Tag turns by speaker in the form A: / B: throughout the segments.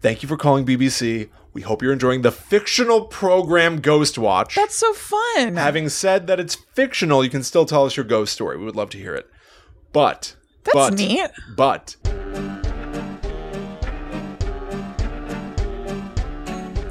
A: Thank you for calling BBC. We hope you're enjoying the fictional program Ghost Watch.
B: That's so fun.
A: Having said that it's fictional, you can still tell us your ghost story. We would love to hear it. But
B: That's
A: but,
B: neat.
A: But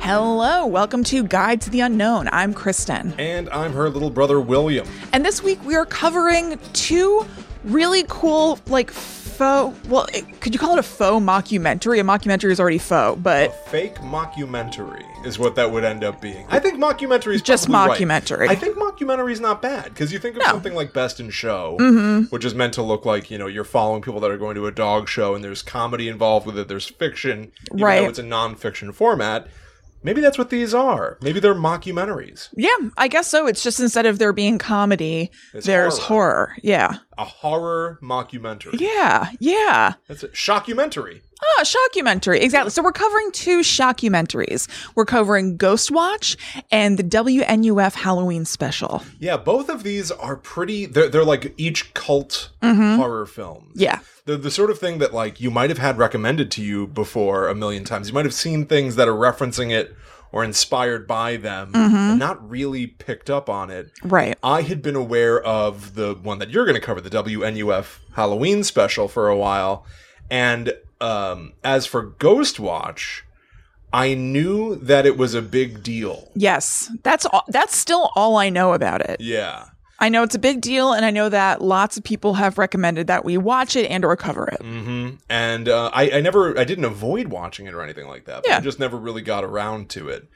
B: Hello, welcome to Guide to the Unknown. I'm Kristen.
A: and I'm her little brother William.
B: And this week we are covering two really cool, like, faux. Well, it, could you call it a faux mockumentary? A mockumentary is already faux, but
A: Fake mockumentary is what that would end up being. I think mockumentary is
B: Just
A: probably right.
B: mockumentary.
A: I think mockumentary is not bad because you think of something like Best in Show,
B: Mm-hmm.
A: which is meant to look like you know you're following people that are going to a dog show and there's comedy involved with it. There's fiction, even though
B: Right.
A: it's a nonfiction format. Maybe that's what these are. Maybe they're mockumentaries.
B: yeah, I guess so. It's just instead of there being comedy,
A: It's
B: there's
A: horror.
B: horror. Yeah.
A: A horror mockumentary.
B: Yeah. Yeah.
A: That's it. Shockumentary.
B: Ah, shockumentary. Exactly. So we're covering two shockumentaries. We're covering Ghost Watch and the WNUF Halloween special.
A: Yeah, both of these are pretty. They're they're like each cult horror film.
B: Yeah.
A: the the sort of thing that like you might have had recommended to you before a million times. You might have seen things that are referencing it or inspired by them, and not really picked up on it.
B: Right.
A: I had been aware of the one that you're going to cover, the WNUF Halloween special, for a while, and um, as for Ghost Watch, I knew that it was a big deal.
B: Yes. That's all, that's still all I know about it.
A: Yeah.
B: I know it's a big deal and I know that lots of people have recommended that we watch it and or cover it.
A: Mm-hmm. And uh, I, I never, I didn't avoid watching it or anything like that. but
B: Yeah.
A: I just never really got around to it.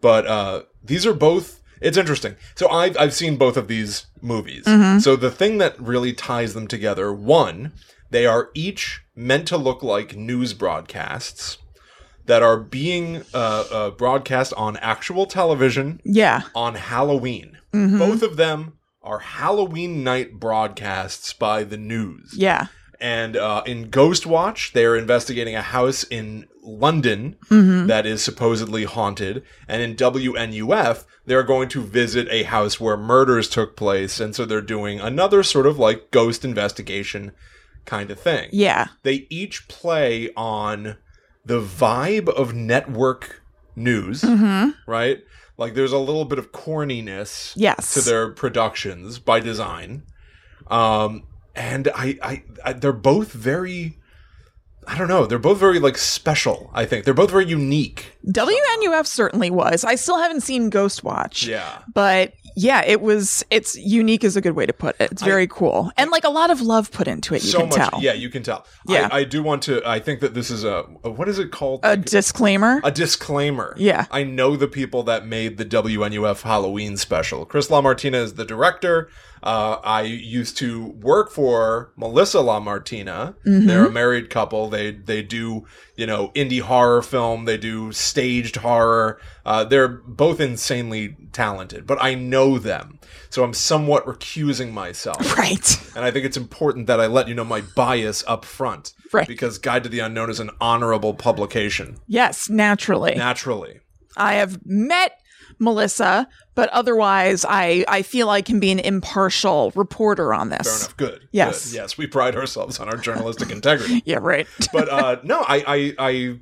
A: But uh, these are both. It's interesting. So I've I've seen both of these movies. So the thing that really ties them together, one, they are each meant to look like news broadcasts that are being uh, uh, broadcast on actual television
B: Yeah.
A: on Halloween. Both of them are Halloween night broadcasts by the news.
B: Yeah.
A: And uh, in Ghost Watch, they're investigating a house in London that is supposedly haunted. And in WNUF, they're going to visit a house where murders took place. And so they're doing another sort of like ghost investigation kind of thing.
B: Yeah.
A: They each play on the vibe of network news,
B: Mm. Mm-hmm.
A: right? Like there's a little bit of corniness
B: Yes.
A: to their productions by design. Um, and I, I, I, they're both very, I don't know, they're both very like special. I think they're both very unique.
B: WNUF certainly was. I still haven't seen Ghost Watch.
A: Yeah.
B: But yeah, it was it's unique is a good way to put it. It's very cool. And like a lot of love put into it, you
A: so
B: can
A: much,
B: tell.
A: yeah, you can tell.
B: Yeah.
A: I, I do want to. I think that this is a, a what is it called?
B: A disclaimer.
A: a disclaimer.
B: Yeah.
A: I know the people that made the WNUF Halloween special. Chris LaMartina is the director. Uh, I used to work for Melissa LaMartina.
B: Mm-hmm.
A: They're a married couple. They they do you know indie horror film. They do staged horror. Uh, they're both insanely talented, but I know them, so I'm somewhat recusing myself.
B: right.
A: And I think it's important that I let you know my bias up front.
B: Right.
A: Because Guide to the Unknown is an honorable publication,
B: Yes, naturally.
A: naturally.
B: I have met Melissa, but otherwise I I feel I can be an impartial reporter on
A: Fair
B: this.
A: enough. Good.
B: Yes.
A: Good. Yes. We pride ourselves on our journalistic integrity.
B: Yeah, right.
A: But uh, no, I, I, I,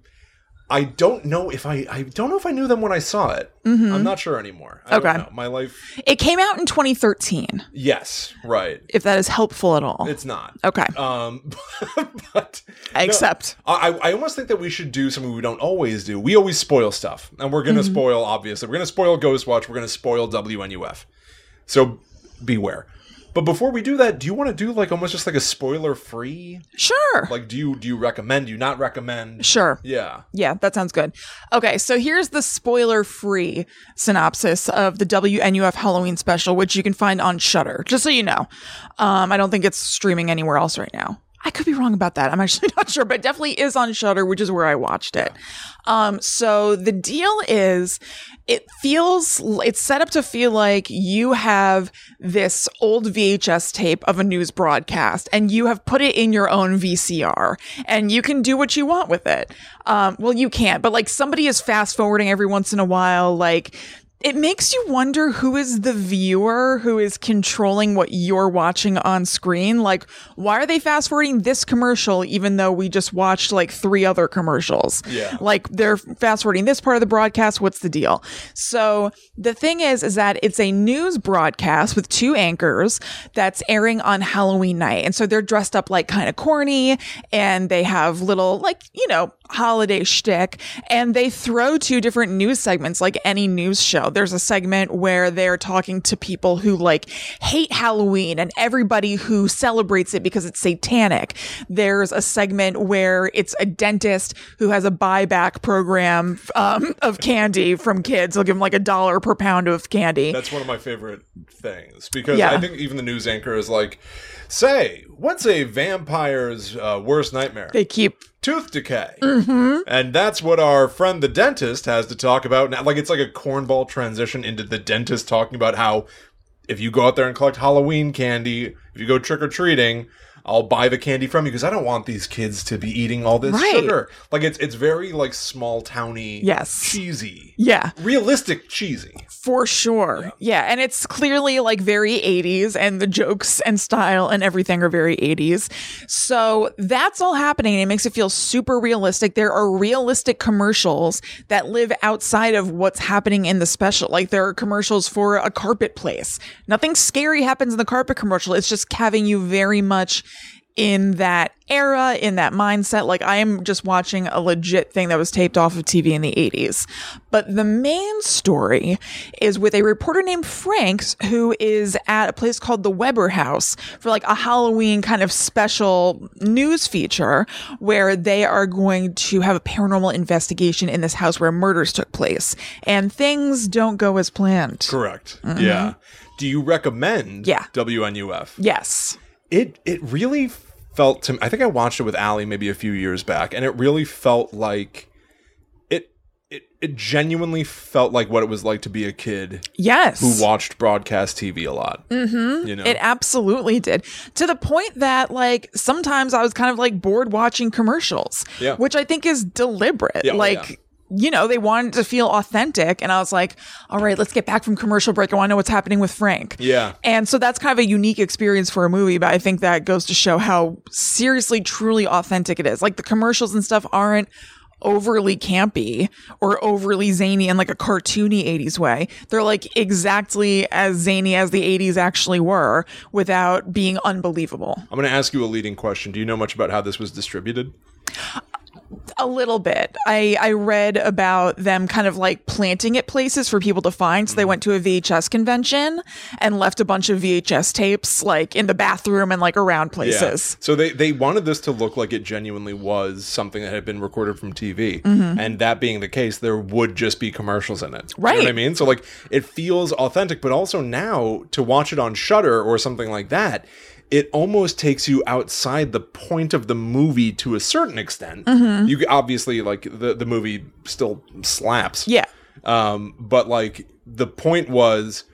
A: I don't know if I, I don't know if I knew them when I saw it. I'm not sure anymore. I
B: Mm-hmm. Okay.
A: Don't know. My life.
B: It came out in 2013,
A: Yes. Right.
B: if that is helpful at all.
A: It's not.
B: okay.
A: Um, but
B: I accept.
A: I, I I almost think that we should do something we don't always do. We always spoil stuff, and we're
B: Mm-hmm.
A: gonna spoil. Obviously, we're gonna spoil Ghost Watch. We're gonna spoil WNUF. So beware. But before we do that, do you want to do like almost just like a spoiler free
B: Sure.
A: like do you do you recommend do you not recommend
B: sure.
A: yeah
B: Yeah, that sounds good. Okay, so here's the spoiler free synopsis of the WNUF Halloween special, which you can find on Shudder, just so you know. Um, I don't think it's streaming anywhere else right now. I could be wrong about that. I'm actually not sure, but it definitely is on Shudder, which is where I watched it. Um, so the deal is it feels, it's set up to feel like you have this old VHS tape of a news broadcast and you have put it in your own VCR and you can do what you want with it. Um, well, you can't, but like somebody is fast forwarding every once in a while, like, It makes you wonder who is the viewer who is controlling what you're watching on screen. Like, why are they fast forwarding this commercial even though we just watched like three other commercials?
A: Yeah.
B: Like, they're fast forwarding this part of the broadcast. What's the deal? So, the thing is, is that it's a news broadcast with two anchors that's airing on Halloween night. And so they're dressed up like kind of corny and they have little, like, you know, holiday shtick and they throw two different news segments like any news show. There's a segment where they're talking to people who like hate Halloween and everybody who celebrates it because it's satanic. There's a segment where it's a dentist who has a buyback program um, of candy from kids. They'll give them like a dollar per pound of candy.
A: That's one of my favorite things because
B: Yeah.
A: I think even the news anchor is like, say, what's a vampire's uh, worst nightmare?
B: They keep
A: Tooth decay.
B: Mm-hmm.
A: And that's what our friend the dentist has to talk about now. Like, it's like a cornball transition into the dentist talking about how if you go out there and collect Halloween candy, if you go trick or treating, I'll buy the candy from you because I don't want these kids to be eating all this
B: Right.
A: sugar. Like it's it's very like small towny,
B: Yes.
A: cheesy,
B: yeah.
A: realistic cheesy.
B: For sure. Yeah. And it's clearly like very 80s, and the jokes and style and everything are very 80s. So that's all happening. It makes it feel super realistic. There are realistic commercials that live outside of what's happening in the special. Like there are commercials for a carpet place. Nothing scary happens in the carpet commercial. It's just having you very much in that era, in that mindset. Like I am just watching a legit thing that was taped off of TV in the 80s. But the main story is with a reporter named Franks who is at a place called the Weber House for like a Halloween kind of special news feature where they are going to have a paranormal investigation in this house where murders took place and things don't go as planned.
A: Correct. Yeah. Do you recommend
B: Mm-hmm. Yeah.
A: WNUF?
B: Yes.
A: it it really felt to me, I think I watched it with Ali maybe a few years back and it really felt like it it it genuinely felt like what it was like to be a kid
B: Yes.
A: who watched broadcast TV a lot. Mm-hmm. You know.
B: It absolutely did. To the point that like sometimes I was kind of like bored watching commercials,
A: Yeah.
B: which I think is deliberate.
A: Yeah, oh,
B: like
A: yeah.
B: You know, they wanted to feel authentic. And I was like, all right, let's get back from commercial break. I want to know what's happening with Frank.
A: yeah.
B: And so that's kind of a unique experience for a movie, but I think that goes to show how seriously, truly authentic it is. Like the commercials and stuff aren't overly campy or overly zany in like a cartoony 80s way. They're like exactly as zany as the 80s actually were without being unbelievable.
A: I'm going to ask you a leading question. Do you know much about how this was distributed?
B: A little bit. I, I read about them kind of like planting it places for people to find. So they went to a VHS convention and left a bunch of VHS tapes like in the bathroom and like around places.
A: So they they wanted this to look like it genuinely was something that had been recorded from TV,
B: Mm-hmm.
A: and that being the case, there would just be commercials in it. You know what I
B: Right.
A: mean? So like it feels authentic, but also now to watch it on Shutter or something like that. It almost takes you outside the point of the movie to a certain extent.
B: Mm-hmm.
A: You obviously like the, the movie still slaps.
B: Yeah.
A: Um, but like the point was,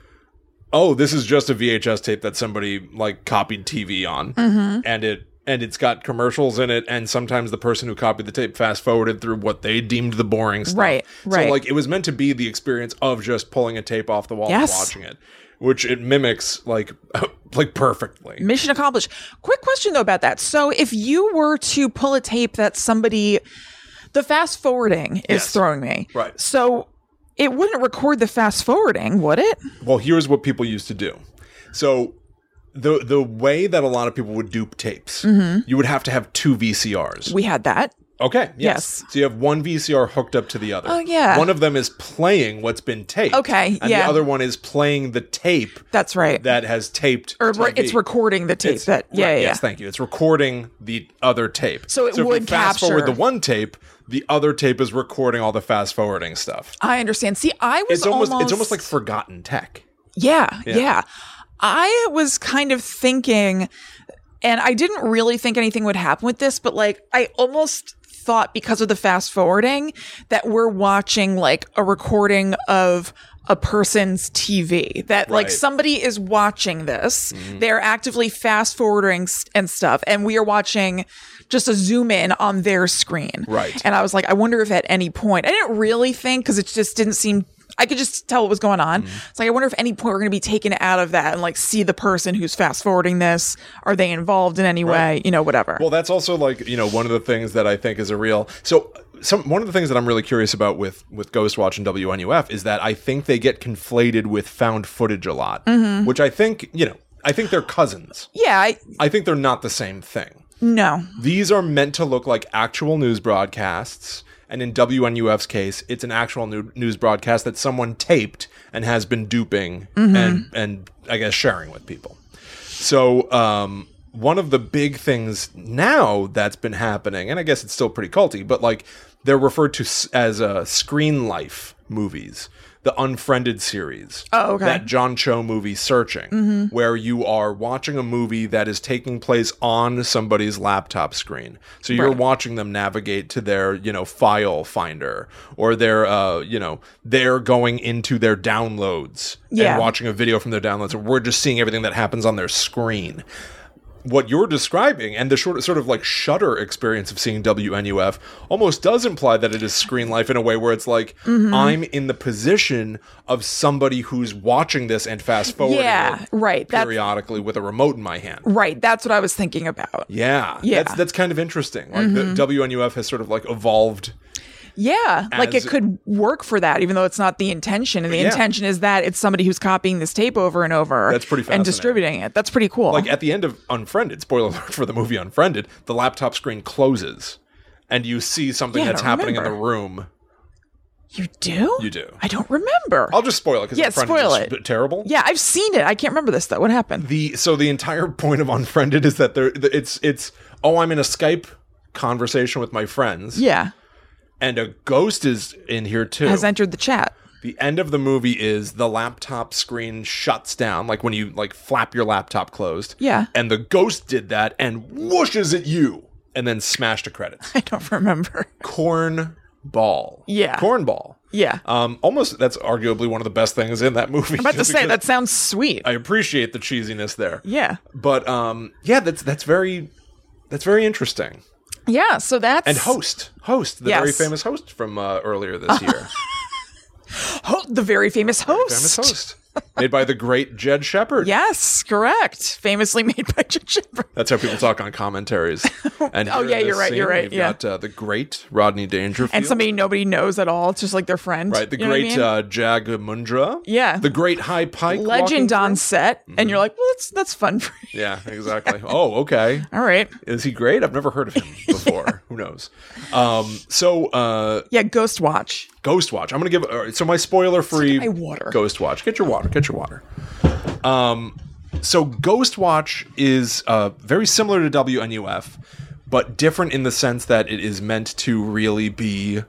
A: oh, this is just a VHS tape that somebody like copied TV on,
B: Mm-hmm.
A: and it and it's got commercials in it, and sometimes the person who copied the tape fast forwarded through what they deemed the boring stuff.
B: Right,
A: So
B: right.
A: like it was meant to be the experience of just pulling a tape off the wall
B: Yes.
A: and watching it, which it mimics like like perfectly.
B: Mission accomplished. Quick question though about that. So if you were to pull a tape that somebody the fast forwarding is
A: Yes.
B: throwing me.
A: Right.
B: So it wouldn't record the fast forwarding, would it?
A: well here's what people used to do so the the way that a lot of people would dupe tapes
B: Mm-hmm.
A: you would have to have two vcrs
B: We had that.
A: okay yes.
B: Yes.
A: so you have one vcr hooked up to the other
B: Oh, yeah.
A: one of them is playing what's been taped
B: Okay,
A: and
B: yeah.
A: the other one is playing the tape
B: That's right.
A: that has taped
B: or
A: TV.
B: it's recording the tape that yeah,
A: Right,
B: yeah.
A: yes thank you it's recording the other tape
B: So it
A: if you
B: would
A: fast forward
B: capture-
A: the one tape the other tape is recording all the fast forwarding stuff
B: I understand. See, I was
A: it's almost, it's almost like forgotten tech
B: Yeah, yeah. I was kind of thinking, and I didn't really think anything would happen with this, but like I almost thought because of the fast forwarding that we're watching like a recording of a person's TV that like
A: Right. Mm-hmm.
B: somebody is watching this. They're actively fast forwarding s- and stuff. And we are watching just a zoom in on their screen.
A: Right.
B: And I was like, I wonder if at any point, I didn't really think because it just didn't seem. I could just tell what was going on.
A: Mm.
B: It's like I wonder if any point we're going to be taken out of that and like see the person who's fast forwarding this. Are they involved in any way? You know, whatever.
A: Well, that's also like you know one of the things that I think is a real so. Some, one of the things that I'm really curious about with with Ghostwatch and WNUF is that I think they get conflated with found footage a lot, which I think you know I think they're cousins.
B: yeah, I,
A: I think they're not the same thing.
B: no,
A: These are meant to look like actual news broadcasts, and in WNUF's case, it's an actual new, news broadcast that someone taped and has been duping
B: Mm-hmm.
A: and and I guess sharing with people. So, um, one of the big things now that's been happening, and I guess it's still pretty culty, but like they're referred to s- as uh, screen life movies, the Unfriended series.
B: Oh, okay.
A: That John Cho movie, Searching, where you are watching a movie that is taking place on somebody's laptop screen. So you're watching them navigate to their, you know, file finder, or their, uh, you know, they're going into their downloads
B: Yeah.
A: and watching a video from their downloads. and We're just seeing everything that happens on their screen. What you're describing and the short, sort of like shudder experience of seeing WNUF almost does imply that it is screen life in a way where it's like
B: Mm-hmm.
A: I'm in the position of somebody who's watching this and fast forwarding
B: yeah,
A: it
B: right. That's
A: periodically with a remote in my hand.
B: right. That's what I was thinking about.
A: Yeah,
B: Yeah. Mm-hmm.
A: That's that's kind of interesting. Like the WNUF has sort of like evolved
B: Yeah, like
A: as-
B: it could work for that, even though it's not the intention. And the
A: Yeah.
B: intention is that it's somebody who's copying this tape over and over.
A: That's pretty
B: And
A: fascinating.
B: distributing it. That's pretty cool.
A: Like at the end of Unfriended, spoiler alert for the movie Unfriended, the laptop screen closes and you see something
B: Yeah, I
A: that's
B: don't
A: happening in the
B: remember.
A: room.
B: you do?
A: You Oh. do.
B: I don't remember.
A: I'll just spoil it because
B: Yeah,
A: Unfriended
B: spoil
A: is
B: it.
A: b- terrible.
B: yeah, I've seen it. I can't remember this though. What happened?
A: The so the entire point of Unfriended is that there th- it's it's oh I'm in a Skype conversation with my friends
B: Yeah,
A: and a ghost is in here too.
B: has entered the chat.
A: the end of the movie is the laptop screen shuts down like when you like flap your laptop closed.
B: Yeah.
A: And the ghost did that and whooshes at you and then smashed to credits.
B: I don't remember.
A: corn ball.
B: Yeah.
A: Corn ball.
B: Yeah, I'm
A: Um, almost that's arguably one of the best things in that movie. I'm
B: about to say that sounds sweet.
A: I appreciate the cheesiness there.
B: yeah,
A: But um, yeah, that's that's very that's very interesting.
B: yeah. So that's
A: And host, host, the very
B: Yes.
A: famous host from uh, earlier this year,
B: Ho- the very famous host.
A: famous host, made by the great Jed Shepard.
B: Yes, correct. Famously made by Jim Shepard.
A: That's how people talk on commentaries. And
B: Oh,
A: here
B: yeah,
A: in
B: you're
A: this
B: right, you're
A: scene,
B: right,
A: We've
B: yeah.
A: got uh, the great Rodney Dangerfield
B: and somebody nobody knows at all. It's just like their friend,
A: right? The
B: You know what I
A: great
B: mean?
A: uh, Jagamundra.
B: Yeah.
A: The great High Pike. walking Mm-hmm.
B: legend
A: through.
B: on set, and you're like, well, that's that's fun for you.
A: Yeah, exactly. oh, okay.
B: All right.
A: Is he great? I've never heard of him before. Who knows? Um, so, uh,
B: Yeah, Ghost Watch.
A: Ghost Watch. I'm going to give. all right, so, my spoiler free
B: my water.
A: Ghost Watch. Get your water. Get your water. Um, so, Ghost Watch is uh, very similar to WNUF, but different in the sense that it is meant to really be.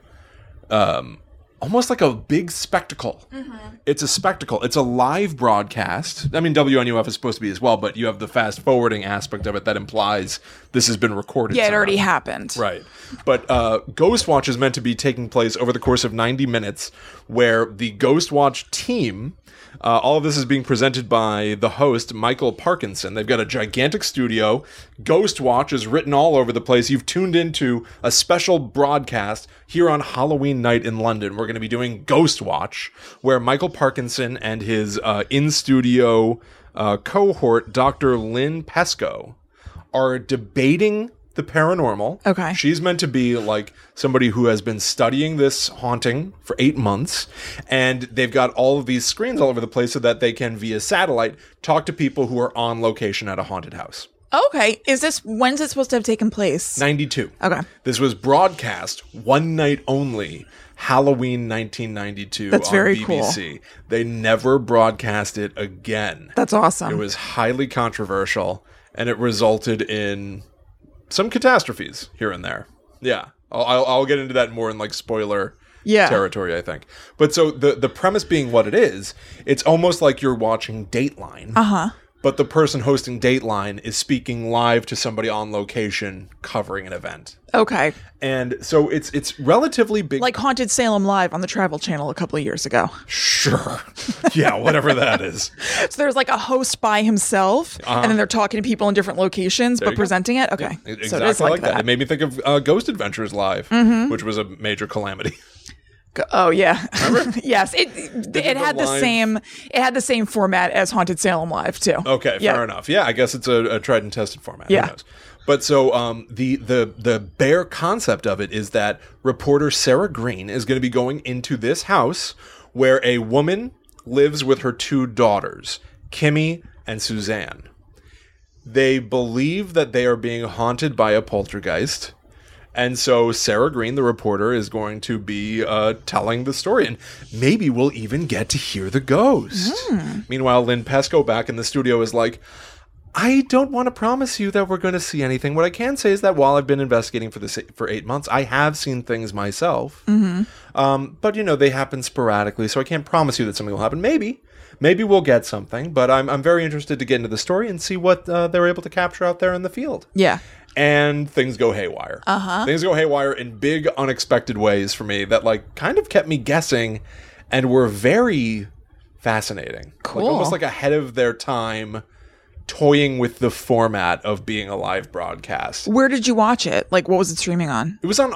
A: Um, Almost like a big spectacle.
B: Mm-hmm.
A: It's a spectacle. It's a live broadcast. I mean, WNUF is supposed to be as well, but you have the fast forwarding aspect of it that implies this has been recorded.
B: Yeah, it already
A: somehow.
B: happened.
A: Right. But uh, Ghost Watch is meant to be taking place over the course of 90 minutes, where the Ghost Watch team, uh, all of this is being presented by the host, Michael Parkinson. They've got a gigantic studio. Ghost Watch is written all over the place. You've tuned into a special broadcast here on Halloween night in London. We're going to be doing Ghost Watch, where Michael Parkinson and his uh, in studio uh, cohort, Dr. Lynn Pesco, are debating the paranormal.
B: Okay.
A: She's meant to be like somebody who has been studying this haunting for eight months, and they've got all of these screens all over the place so that they can, via satellite, talk to people who are on location at a haunted house.
B: Okay. Is this when's it supposed to have taken place?
A: 92.
B: Okay.
A: This was broadcast one night only, Halloween 1992
B: That's
A: on
B: very cool.
A: BBC. They never broadcast it again.
B: That's
A: It
B: awesome.
A: was highly controversial, and it resulted in some catastrophes here and there. Yeah, I'll, I'll, I'll get into that more in like spoiler
B: Yeah.
A: territory, I think. But so the the premise being what it is, it's almost like you're watching Dateline. Uh
B: Uh-huh.
A: huh. But the person hosting Dateline is speaking live to somebody on location covering an event,
B: okay.
A: and so it's it's relatively big.
B: Like Haunted Salem Live on the Travel Channel a couple of years ago.
A: sure, yeah, whatever that is.
B: So there's like a host by himself, and then they're talking to people in different locations, but
A: Uh-huh. you go. E-,
B: presenting it. Okay.
A: Exactly
B: so it is Mm-hmm.
A: like, that. It made me think of uh, Ghost Adventures Live, which was a major calamity.
B: Oh yeah, yes. It it,
A: Didn't
B: had
A: the
B: the
A: line-
B: same it had the same format as Haunted Salem Live too.
A: Okay,
B: Yeah.
A: fair enough. Yeah, I guess it's a, a tried and tested format. Who
B: Yeah.
A: knows? But so um, the the the bare concept of it is that reporter Sarah Green is going to be going into this house where a woman lives with her two daughters, Kimmy and Suzanne. They believe that they are being haunted by a poltergeist. And so Sarah Green, the reporter, is going to be uh, telling the story, and maybe we'll even get to hear the ghost. Meanwhile, Lynn Pesco back in the studio is like, I don't want to promise you that we're going to see anything. What I can say is that while I've been investigating for this for eight months, I have seen things myself. Um, but you know they happen sporadically, so I can't promise you that something will happen. Maybe, maybe we'll get something. But I'm I'm very interested to get into the story and see what uh, they're able to capture out there in the field
B: Yeah.
A: and things go haywire. Uh-huh. Things go haywire in big, unexpected ways for me that like kind of kept me guessing, and were very fascinating.
B: Cool.
A: like, almost like ahead of their time, toying with the format of being a live broadcast.
B: Where did you watch it? Like, what was it streaming on?
A: It was on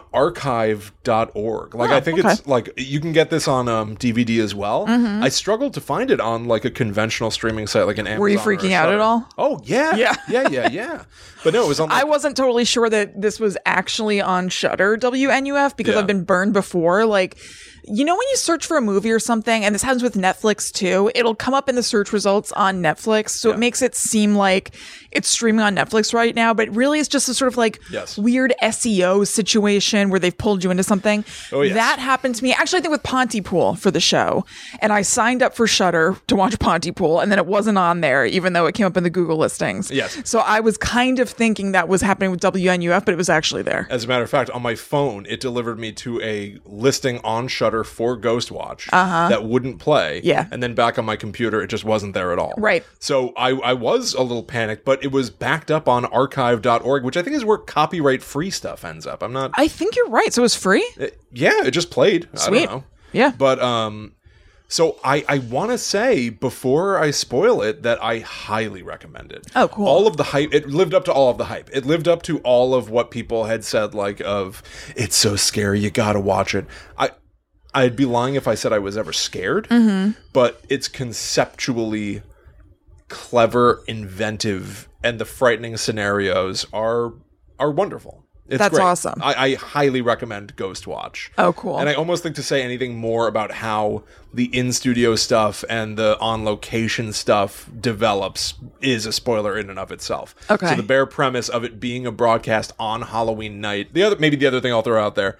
A: archive.org. Like
B: Oh,
A: I think it's like you can get this on um, DVD as well.
B: Mm-hmm.
A: I struggled to find it on like a conventional streaming site like an Amazon.
B: Were you
A: or a
B: freaking out at
A: Shudder.
B: all?
A: Oh yeah.
B: Yeah.
A: yeah, yeah, yeah. But no, it was on like,
B: I wasn't totally sure that this was actually on Shutter WNUF because
A: Yeah.
B: I've been burned before. Like, you know, when you search for a movie or something, and this happens with Netflix too, it'll come up in the search results on Netflix, so it makes it seem like it's streaming on Netflix right now, but really it's just a sort of like
A: Yes.
B: weird SEO situation where they've pulled you into something.
A: Oh, yes.
B: That happened to me actually. I think with Pontypool for the show, and I signed up for Shutter to watch Pontypool, and then it wasn't on there, even though it came up in the Google listings.
A: Yes.
B: So I was kind of thinking that was happening with WNUF, but it was actually there.
A: As a matter of fact, on my phone, it delivered me to a listing on Shutter for Ghost Watch that wouldn't play.
B: Uh-huh. Yeah.
A: And then back on my computer, it just wasn't there at all.
B: Right.
A: So I, I was a little panicked, but it was backed up on archive.org, which I think is where copyright free stuff ends up. I'm not.
B: I think you're right. So it was free.
A: it- yeah, it just played. I
B: Sweet.
A: don't know.
B: Yeah.
A: But um so I I want to say before I spoil it that I highly recommend it.
B: Oh, cool.
A: All of the hype it lived up to all of the hype. It lived up to all of what people had said like of it's so scary you got to watch it. I I'd be lying if I said I was ever scared,
B: Mm-hmm.
A: but it's conceptually clever, inventive, and the frightening scenarios are are wonderful. It's
B: That's
A: great.
B: awesome.
A: I, I highly recommend Ghost Watch.
B: Oh, cool.
A: And I almost think to say anything more about how the in studio stuff and the on location stuff develops is a spoiler in and of itself.
B: Okay.
A: So the bare premise of it being a broadcast on Halloween night. The other maybe the other thing I'll throw out there.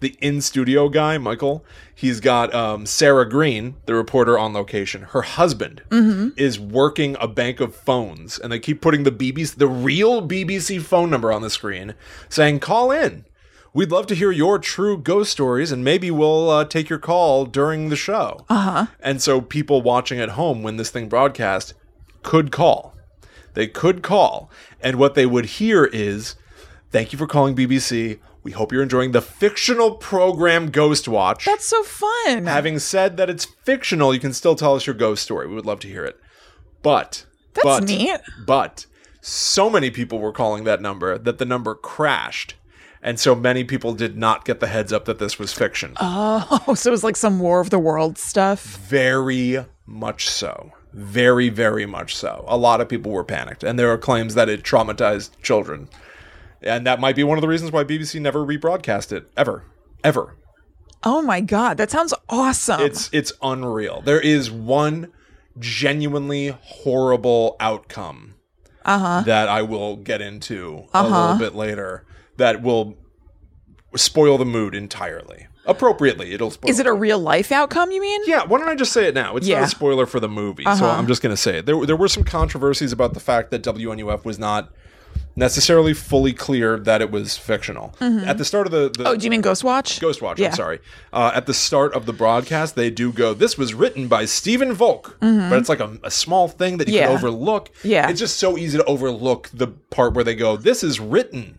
A: The in studio guy, Michael, he's got um, Sarah Green, the reporter on location. Her husband is working a bank of phones, and they keep putting the BBC, the real BBC phone number on the screen, saying, call in. We'd love to hear your true ghost stories, and maybe we'll uh, take your call during the show. Uh huh. And so, people watching at home when this thing broadcast could call. They could call, and what they would hear is, "Thank you for calling BBC. We hope you're enjoying the fictional program Ghost Watch."
B: That's so fun.
A: Having said that, it's fictional. You can still tell us your ghost story. We would love to hear it. But
B: That's
A: but,
B: neat.
A: But so many people were calling that number that the number crashed, and so many people did not get the heads up that this was fiction.
B: oh, so it was like some War of the World stuff.
A: Very much so. Very very much so. A lot of people were panicked, and there are claims that it traumatized children, and that might be one of the reasons why BBC never rebroadcast it ever, ever.
B: Oh my God. That sounds awesome.
A: It's it's unreal. There is one genuinely horrible outcome
B: Uh-huh.
A: that I will get into a little bit later that will spoil the mood entirely. Appropriately, it'll spoil.
B: Is it a real life outcome, you mean?
A: yeah, why don't I just say it now? It's not
B: Yeah. Uh-huh.
A: a spoiler for the movie, so I'm just going to say it. There, there were some controversies about the fact that WNUF was not necessarily fully clear that it was fictional. At the start of the, the
B: Oh, do you mean Ghost Watch?
A: Ghost Watch,
B: Yeah.
A: I'm sorry. Uh, at the start of the broadcast, they do go, this was written by Stephen Volk. But it's like a, a small thing that you
B: Mm-hmm. Yeah.
A: can overlook.
B: Yeah.
A: It's just so easy to overlook the part where they go, this is written.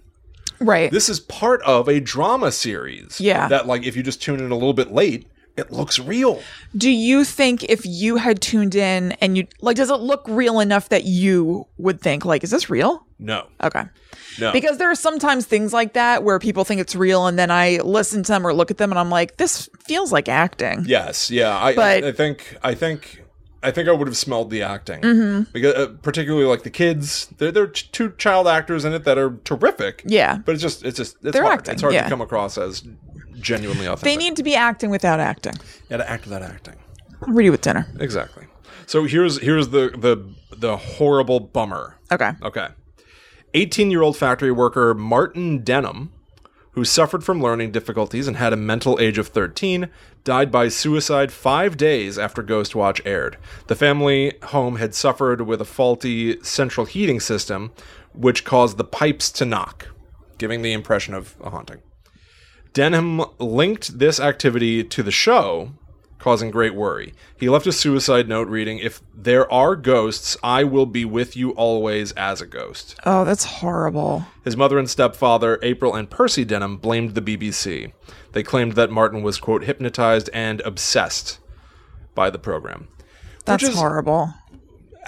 B: Right.
A: This is part of a drama series.
B: Yeah.
A: That, like, if you just tune in a little bit late, It looks real.
B: Do you think if you had tuned in and you like, does it look real enough that you would think like, is this real?
A: No,
B: Okay.
A: no.
B: Because there are sometimes things like that where people think it's real and then I listen to them or look at them and I'm like, this feels like acting.
A: Yes, yeah. I,
B: But-
A: I think I think I think I would have smelled the acting
B: Mm-hmm.
A: because uh, particularly like the kids. There there are ch- two child actors in it that are terrific.
B: Yeah.
A: But it's just it's just it's
B: They're
A: hard.
B: acting,
A: it's hard
B: yeah.
A: to come across as genuinely authentic.
B: They need to be acting without acting.
A: yeah, to act without acting.
B: I'll read you with dinner.
A: Exactly. So here's here's the the the horrible bummer.
B: Okay.
A: Okay. 18 year old factory worker Martin Denham, who suffered from learning difficulties and had a mental age of 13, died by suicide five days after Ghost Watch aired. The family home had suffered with a faulty central heating system, which caused the pipes to knock, giving the impression of a haunting. Denham linked this activity to the show, causing great worry. He left a suicide note reading, If there are ghosts, I will be with you always as a ghost.
B: Oh, that's horrible.
A: His mother and stepfather, April and Percy Denham, blamed the BBC. They claimed that Martin was, quote, hypnotized and obsessed by the program.
B: That's
A: is-
B: horrible.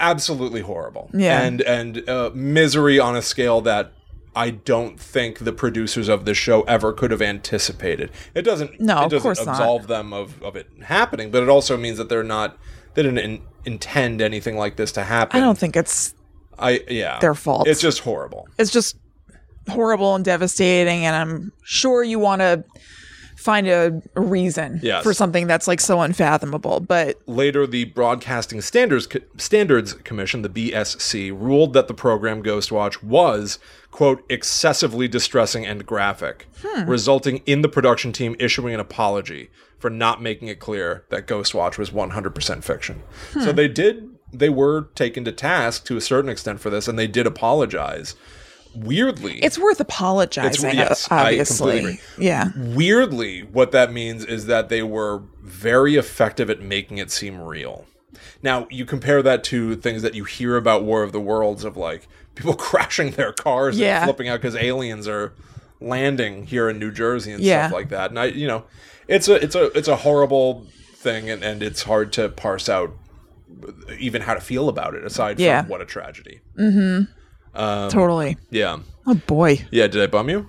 A: Absolutely horrible.
B: Yeah.
A: And, and uh, misery on a scale that I don't think the producers of this show ever could have anticipated. It doesn't,
B: No,
A: it
B: of
A: doesn't
B: course not.
A: absolve them of, of it happening, but it also means that they're not, they didn't in, intend anything like this to happen.
B: I don't think it's
A: I, yeah.
B: their fault.
A: It's just horrible.
B: it's just horrible and devastating and i'm sure you want to find a a reason
A: Yes.
B: for something that's like so unfathomable but
A: Later, the Broadcasting Standards Standards Commission, the BSC, ruled that the program Ghostwatch was "quote excessively distressing and graphic," resulting in the production team issuing an apology for not making it clear that Ghostwatch was 100% fiction. So they did they were taken to task to a certain extent for this, and they did apologize. Weirdly,
B: it's worth apologizing
A: It's- yes,
B: o-
A: I
B: obviously
A: completely agree.
B: yeah
A: weirdly, what that means is that they were very effective at making it seem real. Now, you compare that to things that you hear about War of the Worlds of like people crashing their cars
B: Yeah.
A: and flipping out because aliens are landing here in New Jersey and
B: Yeah.
A: stuff like that. And I, you know, it's a it's a it's a horrible thing, and and it's hard to parse out even how to feel about it aside
B: Yeah.
A: from what a tragedy. Um,
B: totally
A: Yeah,
B: oh boy
A: yeah. Did I bum you?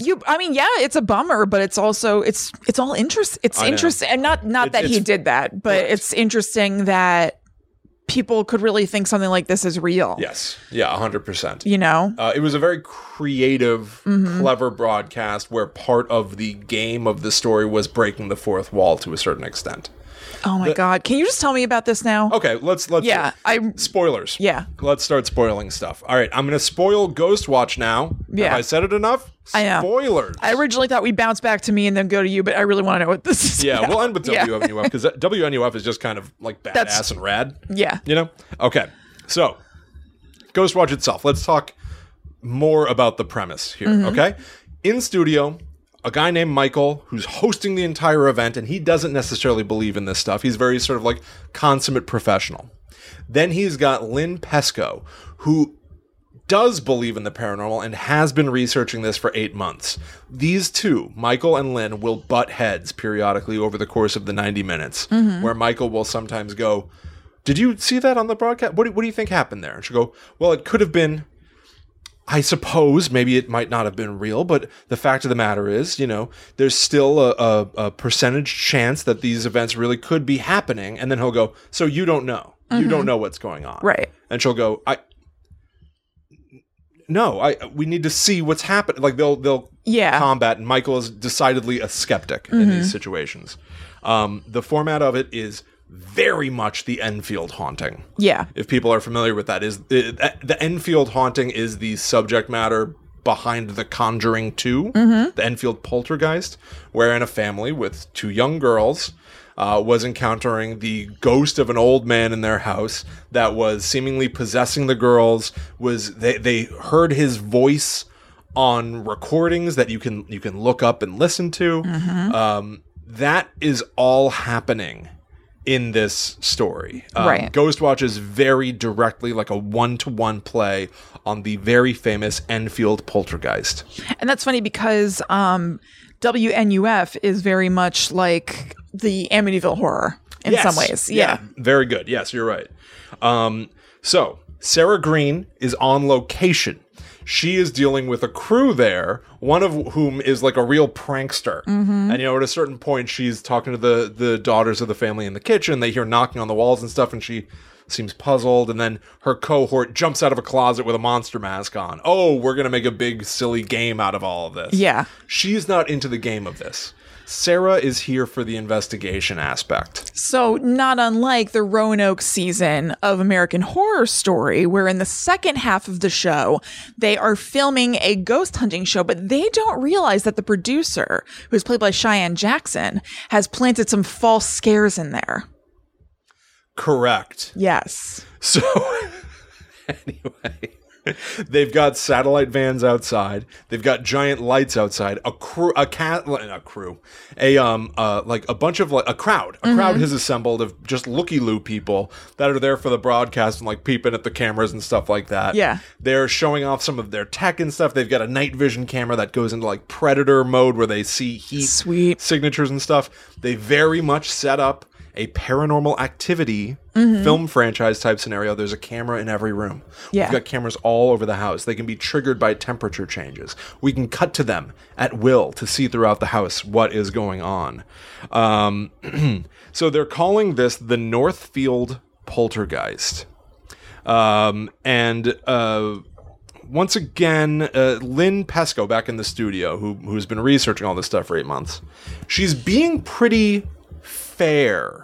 B: you i mean yeah it's a bummer but it's also it's it's all interest it's
A: know.
B: interesting and not not
A: It-
B: that he
A: it's-
B: did that but
A: Correct.
B: it's interesting that people could really think something like this is real
A: Yes. Yeah, hundred percent.
B: you know
A: Uh, it was a very creative,
B: Mm-hmm.
A: clever broadcast where part of the game of the story was breaking the fourth wall to a certain extent.
B: oh my god can you just tell me about this now
A: Okay, let's let's
B: yeah i'm
A: spoilers.
B: Yeah.
A: let's start spoiling stuff. All right, I'm gonna spoil Ghost Watch now.
B: Yeah.
A: have I said it enough?
B: I know.
A: Spoilers.
B: I originally thought we'd bounce back to me and then go to you, but I really want to know what this is.
A: yeah,
B: about.
A: we'll end with
B: Yeah.
A: WNUF because WNUF is just kind of like badass
B: That's-
A: and rad.
B: Yeah.
A: You know? Okay. So, Ghostwatch itself. Let's talk more about the premise here, okay? In studio, a guy named Michael who's hosting the entire event, and he doesn't necessarily believe in this stuff. He's very sort of like consummate professional. Then he's got Lynn Pesco, who does believe in the paranormal and has been researching this for eight months. These two, Michael and Lynn, will butt heads periodically over the course of the 90 minutes, where Michael will sometimes go, Did you see that on the broadcast? What do, what do you think happened there? And she'll go, Well, it could have been. I suppose maybe it might not have been real, but the fact of the matter is, you know, there's still a, a, a percentage chance that these events really could be happening. And then he'll go, So you don't know. You don't know what's going on.
B: Right.
A: And she'll go, I, no, I we need to see what's happened. Like they'll they'll
B: Yeah.
A: combat. And Michael is decidedly a skeptic in these situations. Um, the format of it is very much the Enfield haunting.
B: Yeah.
A: If people are familiar with that, is the, the Enfield haunting is the subject matter behind The Conjuring 2, the Enfield poltergeist, wherein a family with two young girls uh, was encountering the ghost of an old man in their house that was seemingly possessing the girls. Was they they heard his voice on recordings that you can you can look up and listen to. Um, that is all happening in this story. Um,
B: Right.
A: Ghostwatch is very directly like a one to one play on the very famous Enfield poltergeist.
B: And that's funny because um WNUF is very much like the Amityville horror in
A: Yes.
B: some ways. Yeah.
A: Very good. Yes, you're right. Um, so Sarah Green is on location. She is dealing with a crew there, one of whom is like a real prankster.
B: Mm-hmm.
A: And you know, at a certain point, she's talking to the the daughters of the family in the kitchen. They hear knocking on the walls and stuff, and she seems puzzled. And then her cohort jumps out of a closet with a monster mask on. Oh, we're gonna make a big silly game out of all of this.
B: Yeah.
A: she's not into the game of this. Sarah is here for the investigation aspect.
B: So, not unlike the Roanoke season of American Horror Story, where in the second half of the show, they are filming a ghost hunting show, but they don't realize that the producer, who's played by Cheyenne Jackson, has planted some false scares in there.
A: Correct.
B: Yes.
A: So, anyway, they've got satellite vans outside. They've got giant lights outside. A crew, a cat, a crew, a um, uh, like a bunch of like a crowd. A crowd
B: Mm-hmm.
A: has assembled of just looky loo people that are there for the broadcast and like peeping at the cameras and stuff like that.
B: Yeah.
A: they're showing off some of their tech and stuff. They've got a night vision camera that goes into like predator mode where they see heat
B: Sweet.
A: signatures and stuff. They very much set up a paranormal activity film franchise type scenario. There's a camera in every room.
B: Yeah.
A: We've got cameras all over the house. They can be triggered by temperature changes. We can cut to them at will to see throughout the house what is going on. Um, so they're calling this the Northfield poltergeist. Um, and uh, once again, uh, Lynn Pesco back in the studio, who who's been researching all this stuff for eight months, she's being pretty fair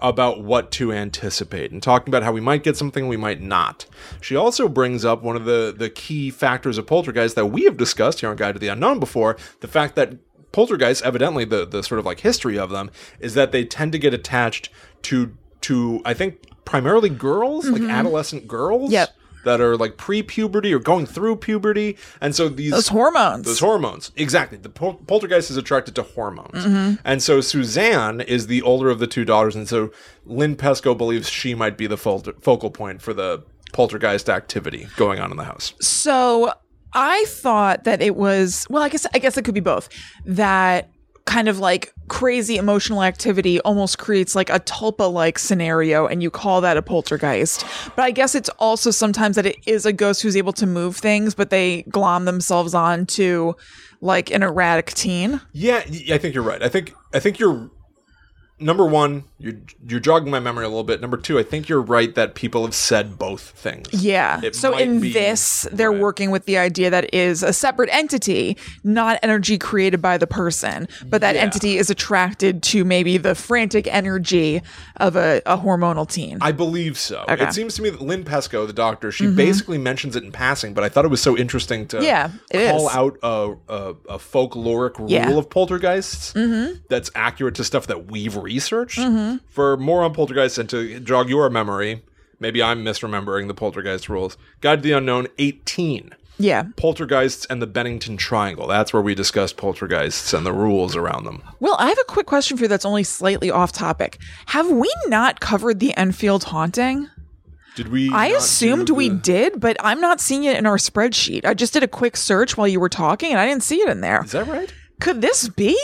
A: about what to anticipate and talking about how we might get something, we might not. She also brings up one of the the key factors of poltergeist that we have discussed here on Guide to the Unknown before: the fact that poltergeists, evidently, the the sort of like history of them is that they tend to get attached to to I think primarily girls, like adolescent girls
B: Yep.
A: that are like pre-puberty or going through puberty, and so these
B: Those hormones.
A: those hormones, exactly. The pol- poltergeist is attracted to hormones,
B: Mm-hmm.
A: and so Suzanne is the older of the two daughters, and so Lynn Pesco believes she might be the fol- focal point for the poltergeist activity going on in the house.
B: So I thought that it was well, I guess I guess it could be both. That kind of like crazy emotional activity almost creates like a tulpa like scenario and you call that a poltergeist. But I guess it's also sometimes that it is a ghost who's able to move things, but they glom themselves on to like an erratic teen.
A: Yeah, y- I think you're right. I think I think you're number one. You're you're jogging my memory a little bit. Number two, I think you're right that people have said both things.
B: Yeah.
A: It
B: so
A: might
B: in
A: be-
B: this, they're
A: right.
B: working with the idea that it is a separate entity, not energy created by the person, but that
A: Yeah.
B: entity is attracted to maybe the frantic energy of a, a hormonal teen.
A: I believe so.
B: Okay. Mm-hmm.
A: It seems to me that Lynn Pesco, the doctor, she basically mentions it in passing, but I thought it was so interesting to
B: Yeah, it
A: call
B: is.
A: out a, a, a folkloric rule
B: Yeah. Mm-hmm.
A: of poltergeists that's accurate to stuff that we've researched. For more on poltergeists and to jog your memory, maybe I'm misremembering the poltergeist rules. Guide to the Unknown 18.
B: yeah.
A: Poltergeists and the Bennington Triangle. That's where we discussed poltergeists and the rules around them.
B: Well, I have a quick question for you that's only slightly off topic. Have we not covered the Enfield haunting?
A: Did we? not
B: I
A: do
B: assumed we
A: the-
B: did, but I'm not seeing it in our spreadsheet. I just did a quick search while you were talking and I didn't see it in there.
A: Is that right?
B: Could this be?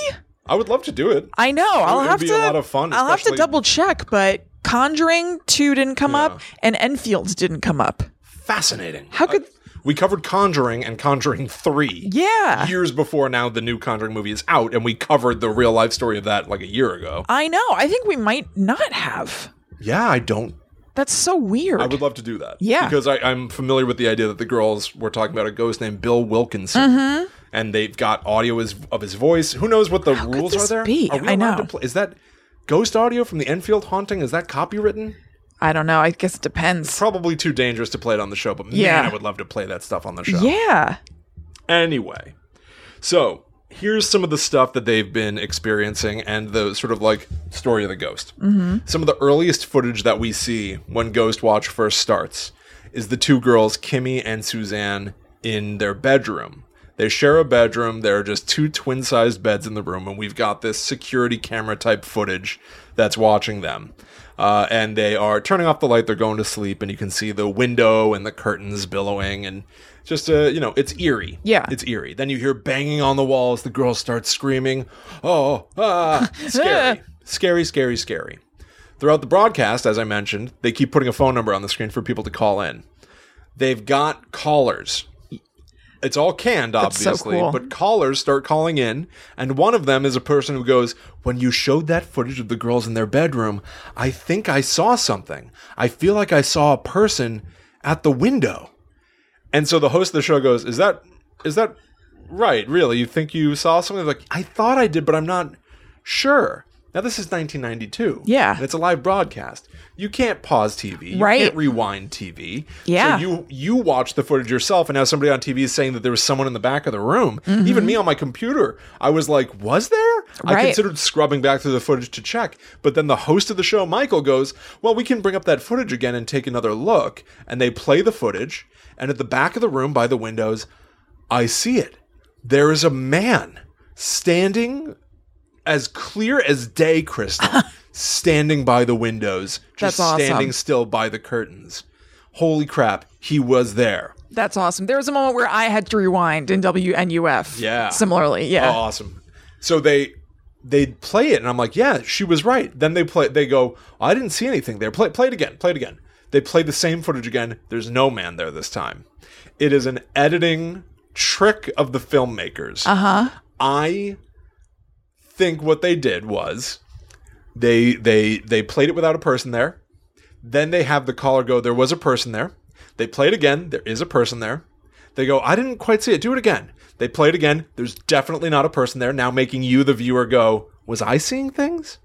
A: I would love to do it.
B: I know. I'll
A: it'd
B: have
A: be a
B: to.
A: lot of fun,
B: I'll have to
A: especially-
B: double check, but Conjuring two didn't come up,
A: Yeah.
B: and Enfield didn't come up.
A: fascinating. Uh,
B: How could-
A: we covered Conjuring and Conjuring Three?
B: Yeah.
A: years before now the new Conjuring movie is out, and we covered the real life story of that like a year ago.
B: I know. I think we might not have.
A: Yeah, I don't.
B: That's so weird.
A: I would love to do that.
B: Yeah.
A: because I, I'm familiar with the idea that the girls were talking about a ghost named Bill Wilkinson.
B: Mm-hmm.
A: And they've got audio is, of his voice. Who knows what the rules
B: this
A: are there?
B: be?
A: Are we
B: I
A: allowed
B: know.
A: To play? Is that ghost audio from the Enfield haunting? Is that copywritten?
B: I don't know. I guess it depends.
A: Probably too dangerous to play it on the show, but
B: Yeah.
A: man, I would love to play that stuff on the show.
B: Yeah.
A: Anyway, so here's some of the stuff that they've been experiencing and the sort of like story of the ghost. Mm-hmm. Some of the earliest footage that we see when Ghost Watch first starts is the two girls, Kimmy and Suzanne, in their bedroom. They share a bedroom. There are just two twin sized beds in the room, and we've got this security camera type footage that's watching them. Uh, and they are turning off the light. They're going to sleep, and you can see the window and the curtains billowing, and just uh, you know, it's eerie.
B: Yeah.
A: it's eerie. Then you hear banging on the walls. The girl starts screaming, "Oh, ah!" Scary, scary, scary, scary. Throughout the broadcast, as I mentioned, they keep putting a phone number on the screen for people to call in. They've got callers. It's all canned,
B: so
A: obviously,
B: cool.
A: but callers start calling in, and one of them is a person who goes, When you showed that footage of the girls in their bedroom, I think I saw something. I feel like I saw a person at the window. And so the host of the show goes, Is that is that right, really? You think you saw something? They're Like, I thought I did, but I'm not sure. Now this is nineteen ninety two.
B: Yeah.
A: And it's a live broadcast. You can't pause TV. You
B: Right.
A: can't rewind TV.
B: Yeah.
A: So you you watch the footage yourself and now somebody on TV is saying that there was someone in the back of the room.
B: Mm-hmm.
A: Even me on my computer, I was like, was there? I
B: Right.
A: considered scrubbing back through the footage to check. But then the host of the show, Michael, goes, Well, we can bring up that footage again and take another look. And they play the footage, and at the back of the room by the windows, I see it. There is a man standing as clear as day, Crystal, standing by the windows, just
B: That's awesome.
A: standing still by the curtains. Holy crap, he was there.
B: That's awesome. There was a moment where I had to rewind in WNUF.
A: Yeah. Oh.
B: Similarly, yeah.
A: Awesome. So they they play it, and I'm like, yeah, she was right. Then they play. They go, "Oh, I didn't see anything there. Play play it again. Play it again. They play the same footage again. There's no man there this time. It is an editing trick of the filmmakers. Uh huh. I think what they did was they they they played it without a person there. Then they have the caller go, there was a person there. They play it again, there is a person there. They go, I didn't quite see it. Do it again. They play it again. There's definitely not a person there. Now making you the viewer go, was I seeing things?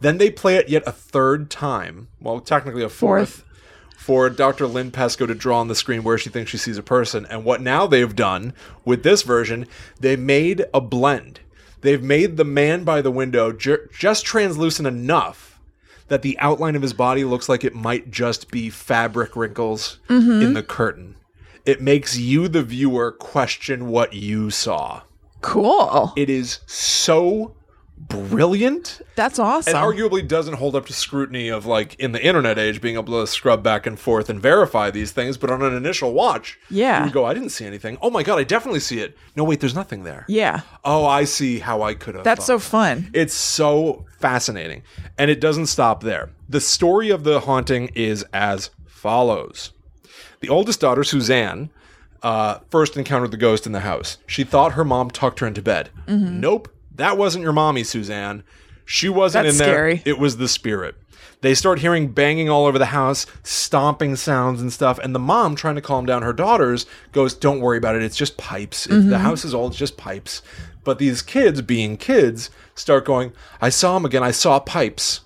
A: Then they play it yet a third time. Well, technically a fourth. For Dr. Lynn Pesco to draw on the screen where she thinks she sees a person. And what now they've done with this version, they made a blend. They've made the man by the window ju- just translucent enough that the outline of his body looks like it might just be fabric wrinkles
B: Mm-hmm.
A: in the curtain. It makes you, the viewer, question what you saw.
B: Cool.
A: It is so brilliant
B: That's awesome.
A: and arguably doesn't hold up to scrutiny of like in the internet age being able to scrub back and forth and verify these things but on an initial watch
B: Yeah.
A: you would go i didn't see anything oh my god i definitely see it no wait there's nothing there
B: yeah.
A: oh i see how i could have
B: That's
A: thought.
B: so fun.
A: It's so fascinating. And it doesn't stop there. The story of the haunting is as follows The oldest daughter, Suzanne, uh, first encountered the ghost in the house. She thought her mom tucked her into bed.
B: Mm-hmm.
A: Nope, that wasn't your mommy, Suzanne. She wasn't
B: That's
A: in there.
B: scary.
A: It was the spirit. They start hearing banging all over the house, stomping sounds and stuff. And the mom, trying to calm down her daughters, goes, Don't worry about it. It's just pipes. If
B: Mm-hmm.
A: The house is old. It's just pipes. But these kids, being kids, start going, I saw him again. I saw pipes.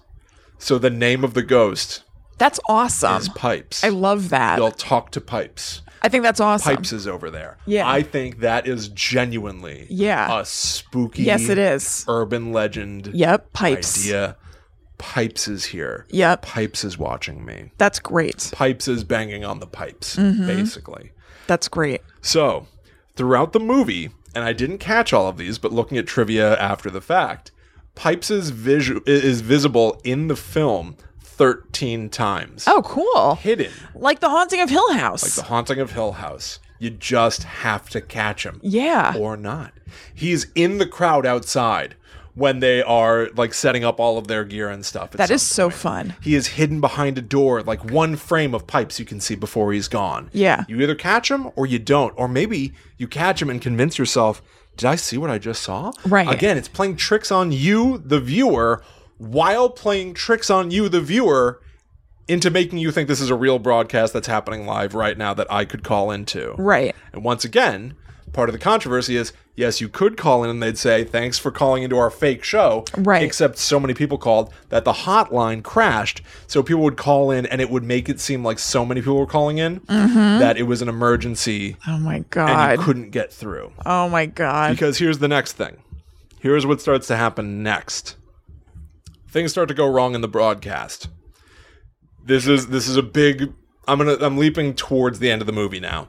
A: So the name of the ghost
B: That's awesome.
A: is Pipes.
B: I love that.
A: They'll talk to Pipes.
B: I think that's awesome.
A: Pipes is over there.
B: Yeah.
A: I think that is genuinely
B: Yeah.
A: a spooky
B: Yes, it is.
A: urban legend
B: Yep. Pipes.
A: idea. Pipes is here.
B: Yep.
A: Pipes is watching me.
B: That's great.
A: Pipes is banging on the pipes,
B: Mm-hmm.
A: basically.
B: That's great.
A: So, throughout the movie, and I didn't catch all of these, but looking at trivia after the fact, Pipes is, visu- is visible in the film 13 times.
B: Oh, cool.
A: Hidden.
B: Like the haunting of Hill House.
A: The Haunting of Hill House. You just have to catch him.
B: yeah.
A: Or not. He's in the crowd outside when they are like setting up all of their gear and stuff.
B: That is so fun.
A: He is hidden behind a door, like one frame of pipes you can see before he's gone.
B: Yeah.
A: You either catch him or you don't. Or maybe you catch him and convince yourself, did I see what I just saw?
B: Right.
A: Again, it's playing tricks on you, the viewer, while playing tricks on you, the viewer, into making you think this is a real broadcast that's happening live right now that I could call into.
B: Right.
A: And once again, part of the controversy is yes, you could call in and they'd say, thanks for calling into our fake show.
B: Right.
A: Except so many people called that the hotline crashed. So people would call in and it would make it seem like so many people were calling in that it was an emergency
B: Oh my
A: and you
B: god.
A: couldn't get through.
B: Oh my god.
A: Because here's the next thing. Here's what starts to happen next. Things start to go wrong in the broadcast. This is this is a big I'm going to I'm leaping towards the end of the movie now.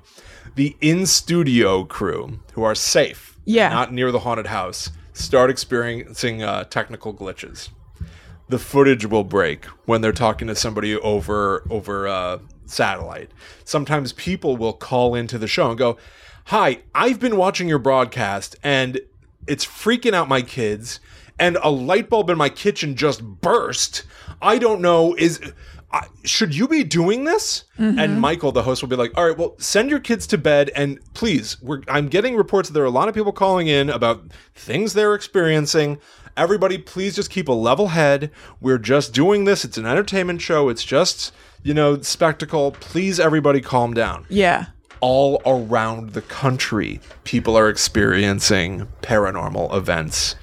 A: the in studio crew, who are safe,
B: Yeah.
A: not near the haunted house, start experiencing uh, technical glitches. The footage will break when they're talking to somebody over over uh, satellite. Sometimes people will call into the show and go, "Hi, I've been watching your broadcast and it's freaking out my kids." And a light bulb in my kitchen just burst. I don't know. Is I, should you be doing this? And Michael, the host, will be like, "All right, well, send your kids to bed, and please, we're, I'm getting reports that there are a lot of people calling in about things they're experiencing. Everybody, please just keep a level head. We're just doing this. It's an entertainment show. It's just, you know, spectacle. Please, everybody, calm down."
B: Yeah.
A: All around the country, people are experiencing paranormal events